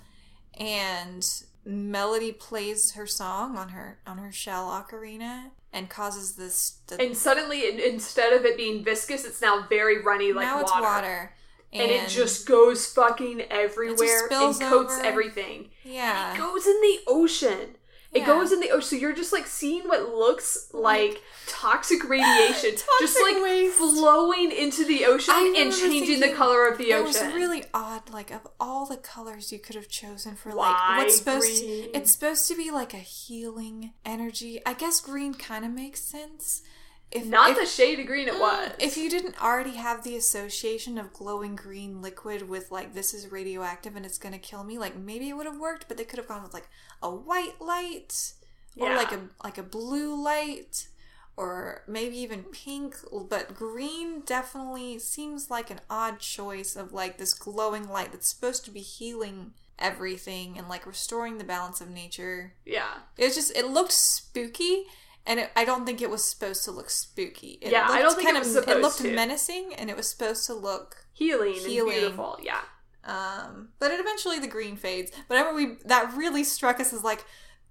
S1: and Melody plays her song on her on her shell ocarina and causes this. The,
S2: and suddenly, in, instead of it being viscous, it's now very runny, like
S1: now
S2: water.
S1: it's water,
S2: And, it just goes fucking everywhere and
S1: spills
S2: coats
S1: over.
S2: everything.
S1: yeah.
S2: It goes in the ocean. It
S1: Ah. Yeah.
S2: goes in the ocean. So you're just like seeing what looks like toxic radiation just
S1: Toxic
S2: like
S1: waste.
S2: flowing into the ocean
S1: I
S2: and
S1: remember
S2: changing the
S1: thinking
S2: color of the
S1: it was
S2: ocean.
S1: really odd. Like of all the colors you could have chosen for, like
S2: Why
S1: what's supposed
S2: green?
S1: it's supposed to be like a healing energy. I guess green kind of makes sense. If
S2: Not
S1: if, Mm,
S2: the shade of green it was.
S1: If you didn't already have the association of glowing green liquid with like this is radioactive and it's gonna kill me, like maybe it would have worked, but they could have gone with like a white light or
S2: Yeah.
S1: like a like a blue light or maybe even pink, but green definitely seems like an odd choice of like this glowing light that's supposed to be healing everything and like restoring the balance of nature.
S2: yeah.
S1: It was just it looked spooky, and it, I don't think it was supposed to look spooky. It
S2: Yeah, I
S1: looked
S2: don't think it
S1: kind
S2: was
S1: of
S2: supposed
S1: it looked
S2: to.
S1: menacing, and it was supposed to look.
S2: Healing,
S1: Healing.
S2: and beautiful. Yeah.
S1: Um, but it eventually the green fades. But I remember we that really struck us as like,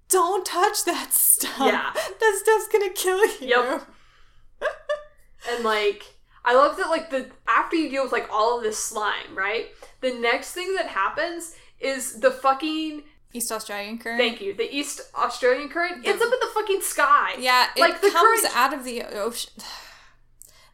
S1: don't touch that stuff.
S2: Yeah.
S1: that stuff's gonna kill you.
S2: Yep. And like I love that like the after you deal with like all of this slime, right? The next thing that happens is the fucking
S1: East Australian current.
S2: thank you, the East Australian current ends up in the fucking sky.
S1: Yeah, it
S2: Like, the
S1: comes
S2: current-
S1: out of the ocean.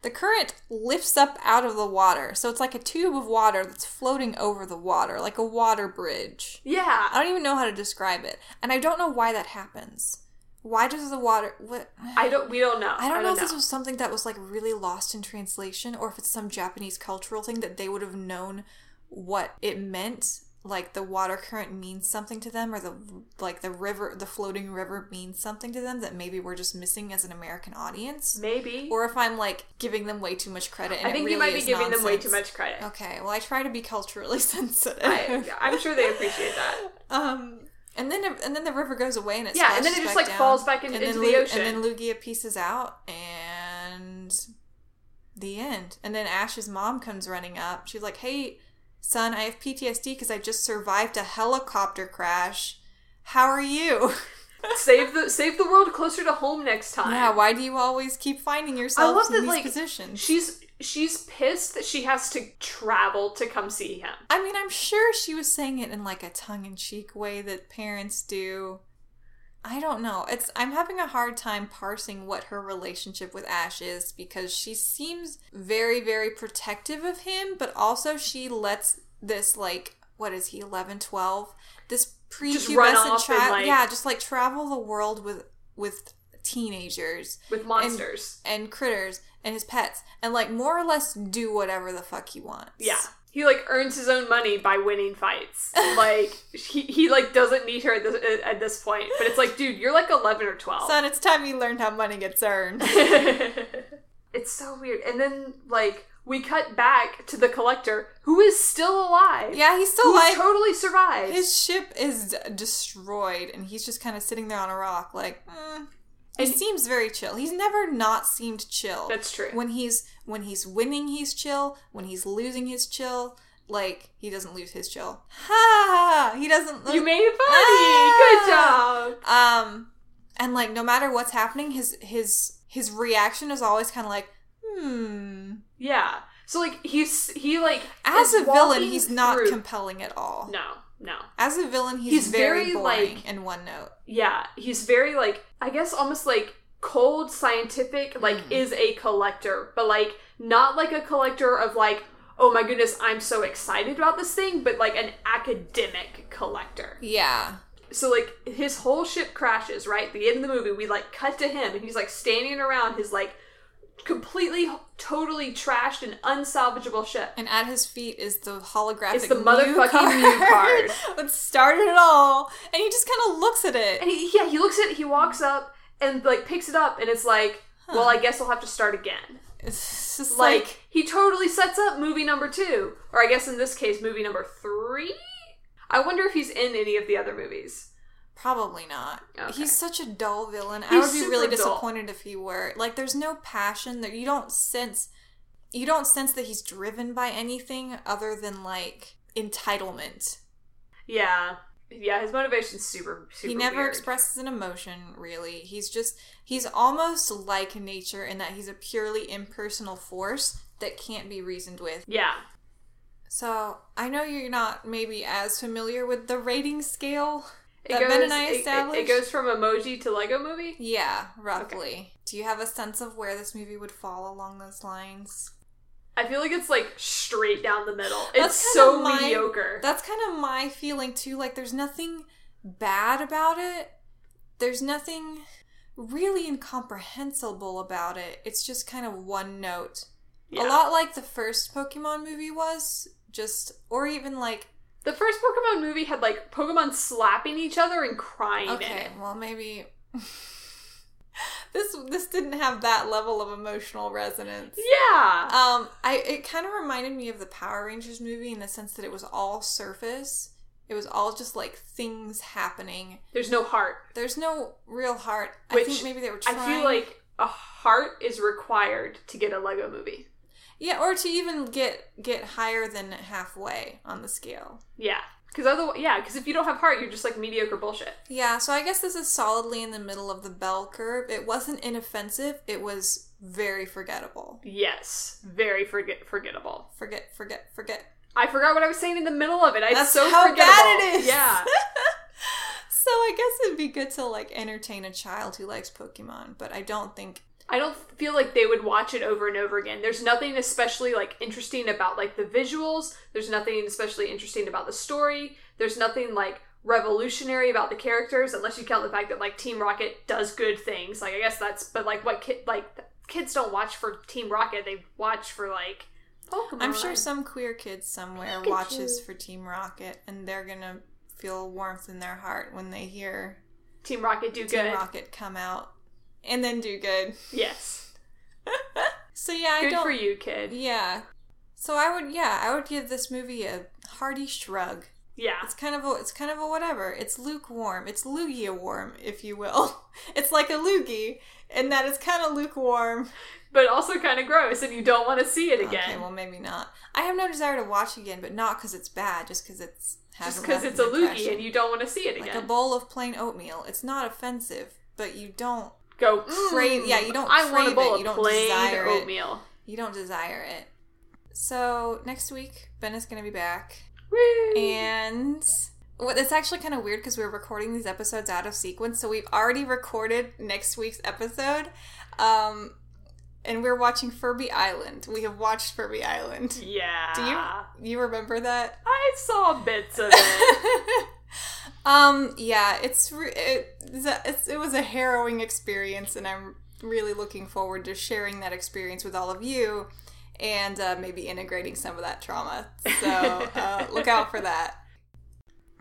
S1: The current lifts up out of the water, so it's like a tube of water that's floating over the water, like a water bridge.
S2: Yeah.
S1: I don't even know how to describe it, and I don't know why that happens. Why does the water? What?
S2: I don't. We don't know.
S1: I don't know if this was something that was like really lost in translation, or if it's some Japanese cultural thing that they would have known what it meant. Like the water current means something to them, or the like the river, the floating river means something to them that maybe we're just missing as an American audience.
S2: maybe.
S1: Or if I'm like giving them way too much credit. And
S2: I
S1: it
S2: think
S1: really
S2: you might be
S1: is
S2: giving them way too
S1: nonsense.
S2: much credit.
S1: Okay, well I try to be culturally sensitive.
S2: I, I'm sure they appreciate that.
S1: Um, and then and then the river goes away and it
S2: Yeah, and then
S1: splashes
S2: it just,
S1: back
S2: like,
S1: down.
S2: falls back in-
S1: And
S2: into
S1: then
S2: the
S1: Lu-
S2: ocean.
S1: And then Lugia pieces out and the end. And then Ash's mom comes running up. She's like, "Hey, son, I have PTSD because I just survived a helicopter crash. How are you?"
S2: save the save the world closer to home next time.
S1: Yeah, why do you always keep finding yourselves in these positions?
S2: she's she's pissed that she has to travel to come see him.
S1: I mean, I'm sure she was saying it in like a tongue in cheek way that parents do. I don't know. It's I'm having a hard time parsing what her relationship with Ash is because she seems very very protective of him, but also she lets this like what is he 11 12 this
S2: run
S1: prepubescent
S2: off and,
S1: child
S2: like-
S1: yeah just like travel the world with with teenagers
S2: With monsters.
S1: and critters and his pets and like more or less do whatever the fuck he wants
S2: yeah. He like earns his own money by winning fights. Like he, he like doesn't need her at this, at this point. But it's like, dude, you're like 11 or 12.
S1: Son, it's time you learned how money gets earned.
S2: it's so weird. And then like we cut back to the collector who is still alive.
S1: yeah, he's still
S2: who
S1: like
S2: totally survives.
S1: his ship is d- destroyed, and he's just kind of sitting there on a rock, like. Mm. He
S2: And-
S1: seems very chill. He's never not seemed chill.
S2: That's true.
S1: When he's when he's winning, he's chill. When he's losing, he's chill. Like he doesn't lose his chill. Ha! He doesn't.
S2: you made it funny.
S1: Ah!
S2: Good job.
S1: Um, and like no matter what's happening, his his his reaction is always kind of like, hmm.
S2: Yeah. So like he's he like
S1: As
S2: is
S1: a villain,
S2: walking
S1: he's not
S2: through-
S1: compelling at all.
S2: no no
S1: As a villain, he's,
S2: He's
S1: very,
S2: very,
S1: boring
S2: like-
S1: and one note.
S2: yeah he's very like I guess almost like cold scientific like is a collector but like not like a collector of like oh my goodness I'm so excited about this thing but like an academic collector
S1: Yeah.
S2: so like his whole ship crashes right the end of the movie we like cut to him and he's like standing around his like completely totally trashed and unsalvageable ship
S1: And at his feet is the holographic
S2: It's the
S1: Mew
S2: motherfucking
S1: card.
S2: Mew card.
S1: that started it all. And he just kind of looks at it.
S2: And he, yeah, he looks at it, he walks up and like picks it up and it's like, well, I guess I'll have to start again.
S1: it's just
S2: Like,
S1: like,
S2: he totally sets up movie number 2, or I guess in this case movie number 3. I wonder if he's in any of the other movies.
S1: probably not.
S2: Okay.
S1: He's such a dull villain. I
S2: He's
S1: would be
S2: super
S1: really
S2: dull.
S1: disappointed if he were. Like there's no passion there. You don't sense you don't sense that he's driven by anything other than like entitlement.
S2: Yeah. Yeah, his motivation's super super
S1: he never
S2: weird.
S1: expresses an emotion really he's just he's almost like nature in that he's a purely impersonal force that can't be reasoned with
S2: Yeah.
S1: so i know you're not maybe as familiar with the rating scale
S2: It
S1: that ben and i
S2: it- it-
S1: established
S2: It, goes from emoji to Lego movie.
S1: yeah roughly do you have a sense of where this movie would fall along those lines
S2: I feel like it's like straight down the middle. It's
S1: That's kinda
S2: so
S1: my-
S2: mediocre.
S1: that's kind of my feeling too like there's nothing bad about it there's nothing really incomprehensible about it it's just kind of one note
S2: Yeah.
S1: a lot like the first pokemon movie was just or even like
S2: The first Pokemon movie had like Pokemon slapping each other and crying in
S1: okay
S2: it.
S1: well maybe this this didn't have that level of emotional resonance
S2: Yeah.
S1: Um, I it kind of reminded me of the Power Rangers movie in the sense that it was all surface. It was all just like things happening.
S2: There's no heart.
S1: There's no real heart. I
S2: Which
S1: think maybe they were
S2: I
S1: trying.
S2: feel like a heart is required to get a Lego movie.
S1: yeah, or to even get get higher than halfway on the scale.
S2: Yeah. Because otherwise, yeah, because if you don't have heart, you're just like mediocre bullshit.
S1: Yeah, so I guess this is solidly in the middle of the bell curve. It wasn't inoffensive. It was very forgettable.
S2: Yes. Very forget forgettable.
S1: Forget, forget, forget.
S2: I forgot what I was saying in the middle of it. I
S1: That's
S2: so
S1: how
S2: forgettable.
S1: bad it is.
S2: Yeah.
S1: So I guess it'd be good to like entertain a child who likes Pokemon, but I don't think
S2: I don't feel like they would watch it over and over again. There's nothing especially like interesting about like the visuals. There's nothing especially interesting about the story. There's nothing like revolutionary about the characters unless you count the fact that like Team Rocket does good things. Like I guess that's but like what kid like kids don't watch for Team Rocket. They watch for like Pokemon.
S1: I'm sure some queer kid somewhere
S2: Pikachu.
S1: watches for Team Rocket and they're gonna feel warmth in their heart when they hear
S2: Team Rocket do
S1: Team
S2: good.
S1: Rocket come out and then do good.
S2: Yes.
S1: So yeah, I
S2: Good
S1: don't
S2: for you, kid.
S1: Yeah. So I would yeah, I would give this movie a hearty shrug.
S2: Yeah.
S1: It's kind of a it's kind of a whatever. It's lukewarm. It's Lugia warm, if you will. It's like a loogie, and that is kind of lukewarm.
S2: But also kind of gross, and you don't want to see it again.
S1: Okay, well maybe not. I have no desire to watch again, but not because it's bad, just because it's
S2: just
S1: hasn't
S2: because
S1: left
S2: it's a
S1: an
S2: loogie
S1: impression.
S2: and you don't want to see it
S1: like
S2: again.
S1: a bowl of plain oatmeal. It's not offensive, but you don't
S2: Go
S1: crave-
S2: "Mm,
S1: yeah, you don't
S2: I want a
S1: crave
S2: bowl
S1: it,
S2: of
S1: you don't
S2: plain
S1: desire it."
S2: oatmeal.
S1: you don't desire it. So next week, Ben is gonna be back.
S2: Woo.
S1: And well, it's actually kind of weird because we're recording these episodes out of sequence. So we've already recorded next week's episode. Um, and we're watching Furby Island. We have watched Furby Island.
S2: yeah.
S1: Do you you remember that?
S2: I saw bits of it.
S1: um, yeah, it's, re- it, it's, a, it's it was a harrowing experience, and I'm really looking forward to sharing that experience with all of you, and uh, maybe integrating some of that trauma. So uh, look out for that.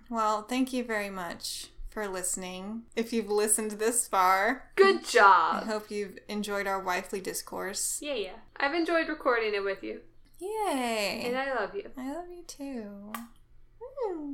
S1: Well, thank you very much for listening. If you've listened this far,
S2: Good
S1: I
S2: job.
S1: hope you've enjoyed our wifely discourse.
S2: Yeah, yeah. I've enjoyed recording it with you, and
S1: Yay!
S2: I love you.
S1: I love you too. Hmm.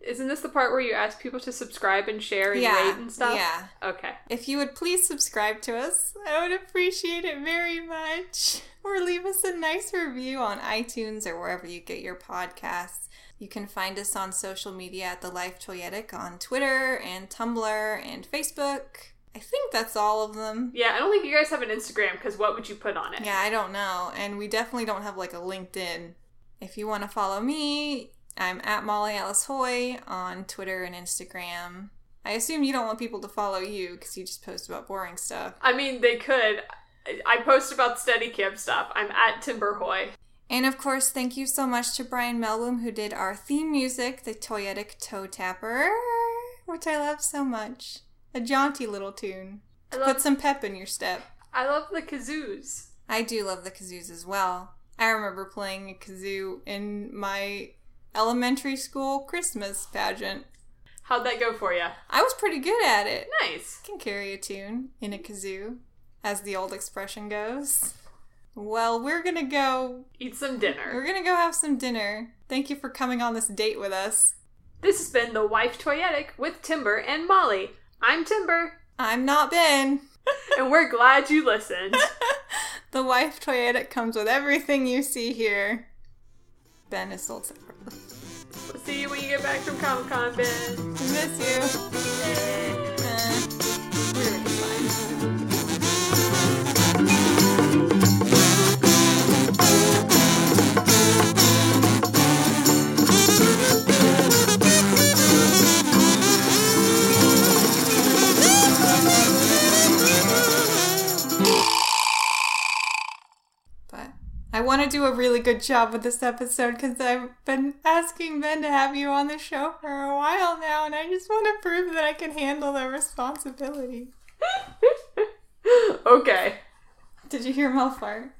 S2: Isn't this the part where you ask people to subscribe and share and
S1: Yeah,
S2: rate and stuff?
S1: yeah.
S2: Okay.
S1: If you would please subscribe to us, I would appreciate it very much. Or leave us a nice review on iTunes or wherever you get your podcasts. You can find us on social media at The Life Toyetic on Twitter and Tumblr and Facebook. I think that's all of them.
S2: Yeah, I don't think you guys have an Instagram because what would you put on it?
S1: Yeah, I don't know. And we definitely don't have like a LinkedIn. If you want to follow me, I'm at Molly Alice Hoy on Twitter and Instagram. I assume you don't want people to follow you because you just post about boring stuff.
S2: I mean, they could. I- I post about Steadicam stuff. I'm at Timberhoy.
S1: And of course, thank you so much to Brian Melboom who did our theme music, the Toyetic Toe Tapper, which I love so much. A jaunty little tune.
S2: I
S1: Put
S2: love,
S1: some pep in your step.
S2: I love the kazoos.
S1: I do love the kazoos as well. I remember playing a kazoo in my elementary school Christmas pageant.
S2: How'd that go for you?
S1: I was pretty good at it.
S2: Nice.
S1: I can carry a tune in a kazoo, as the old expression goes. Well, we're gonna go
S2: Eat some dinner.
S1: We're gonna go have some dinner. Thank you for coming on this date with us.
S2: This has been The Wife Toyetic with Timber and Molly. I'm Timber,
S1: I'm not Ben.
S2: and we're glad you listened.
S1: The wife toyetic comes with everything you see here. Ben is sold separately.
S2: we'll see you when you get back from Comic Con, Ben.
S1: I miss you. Uh, we're gonna be fine. But I want to do a really good job with this episode because I've been asking Ben to have you on the show for a while now, and I just want to prove that I can handle the responsibility.
S2: okay.
S1: Did you hear Mel fart?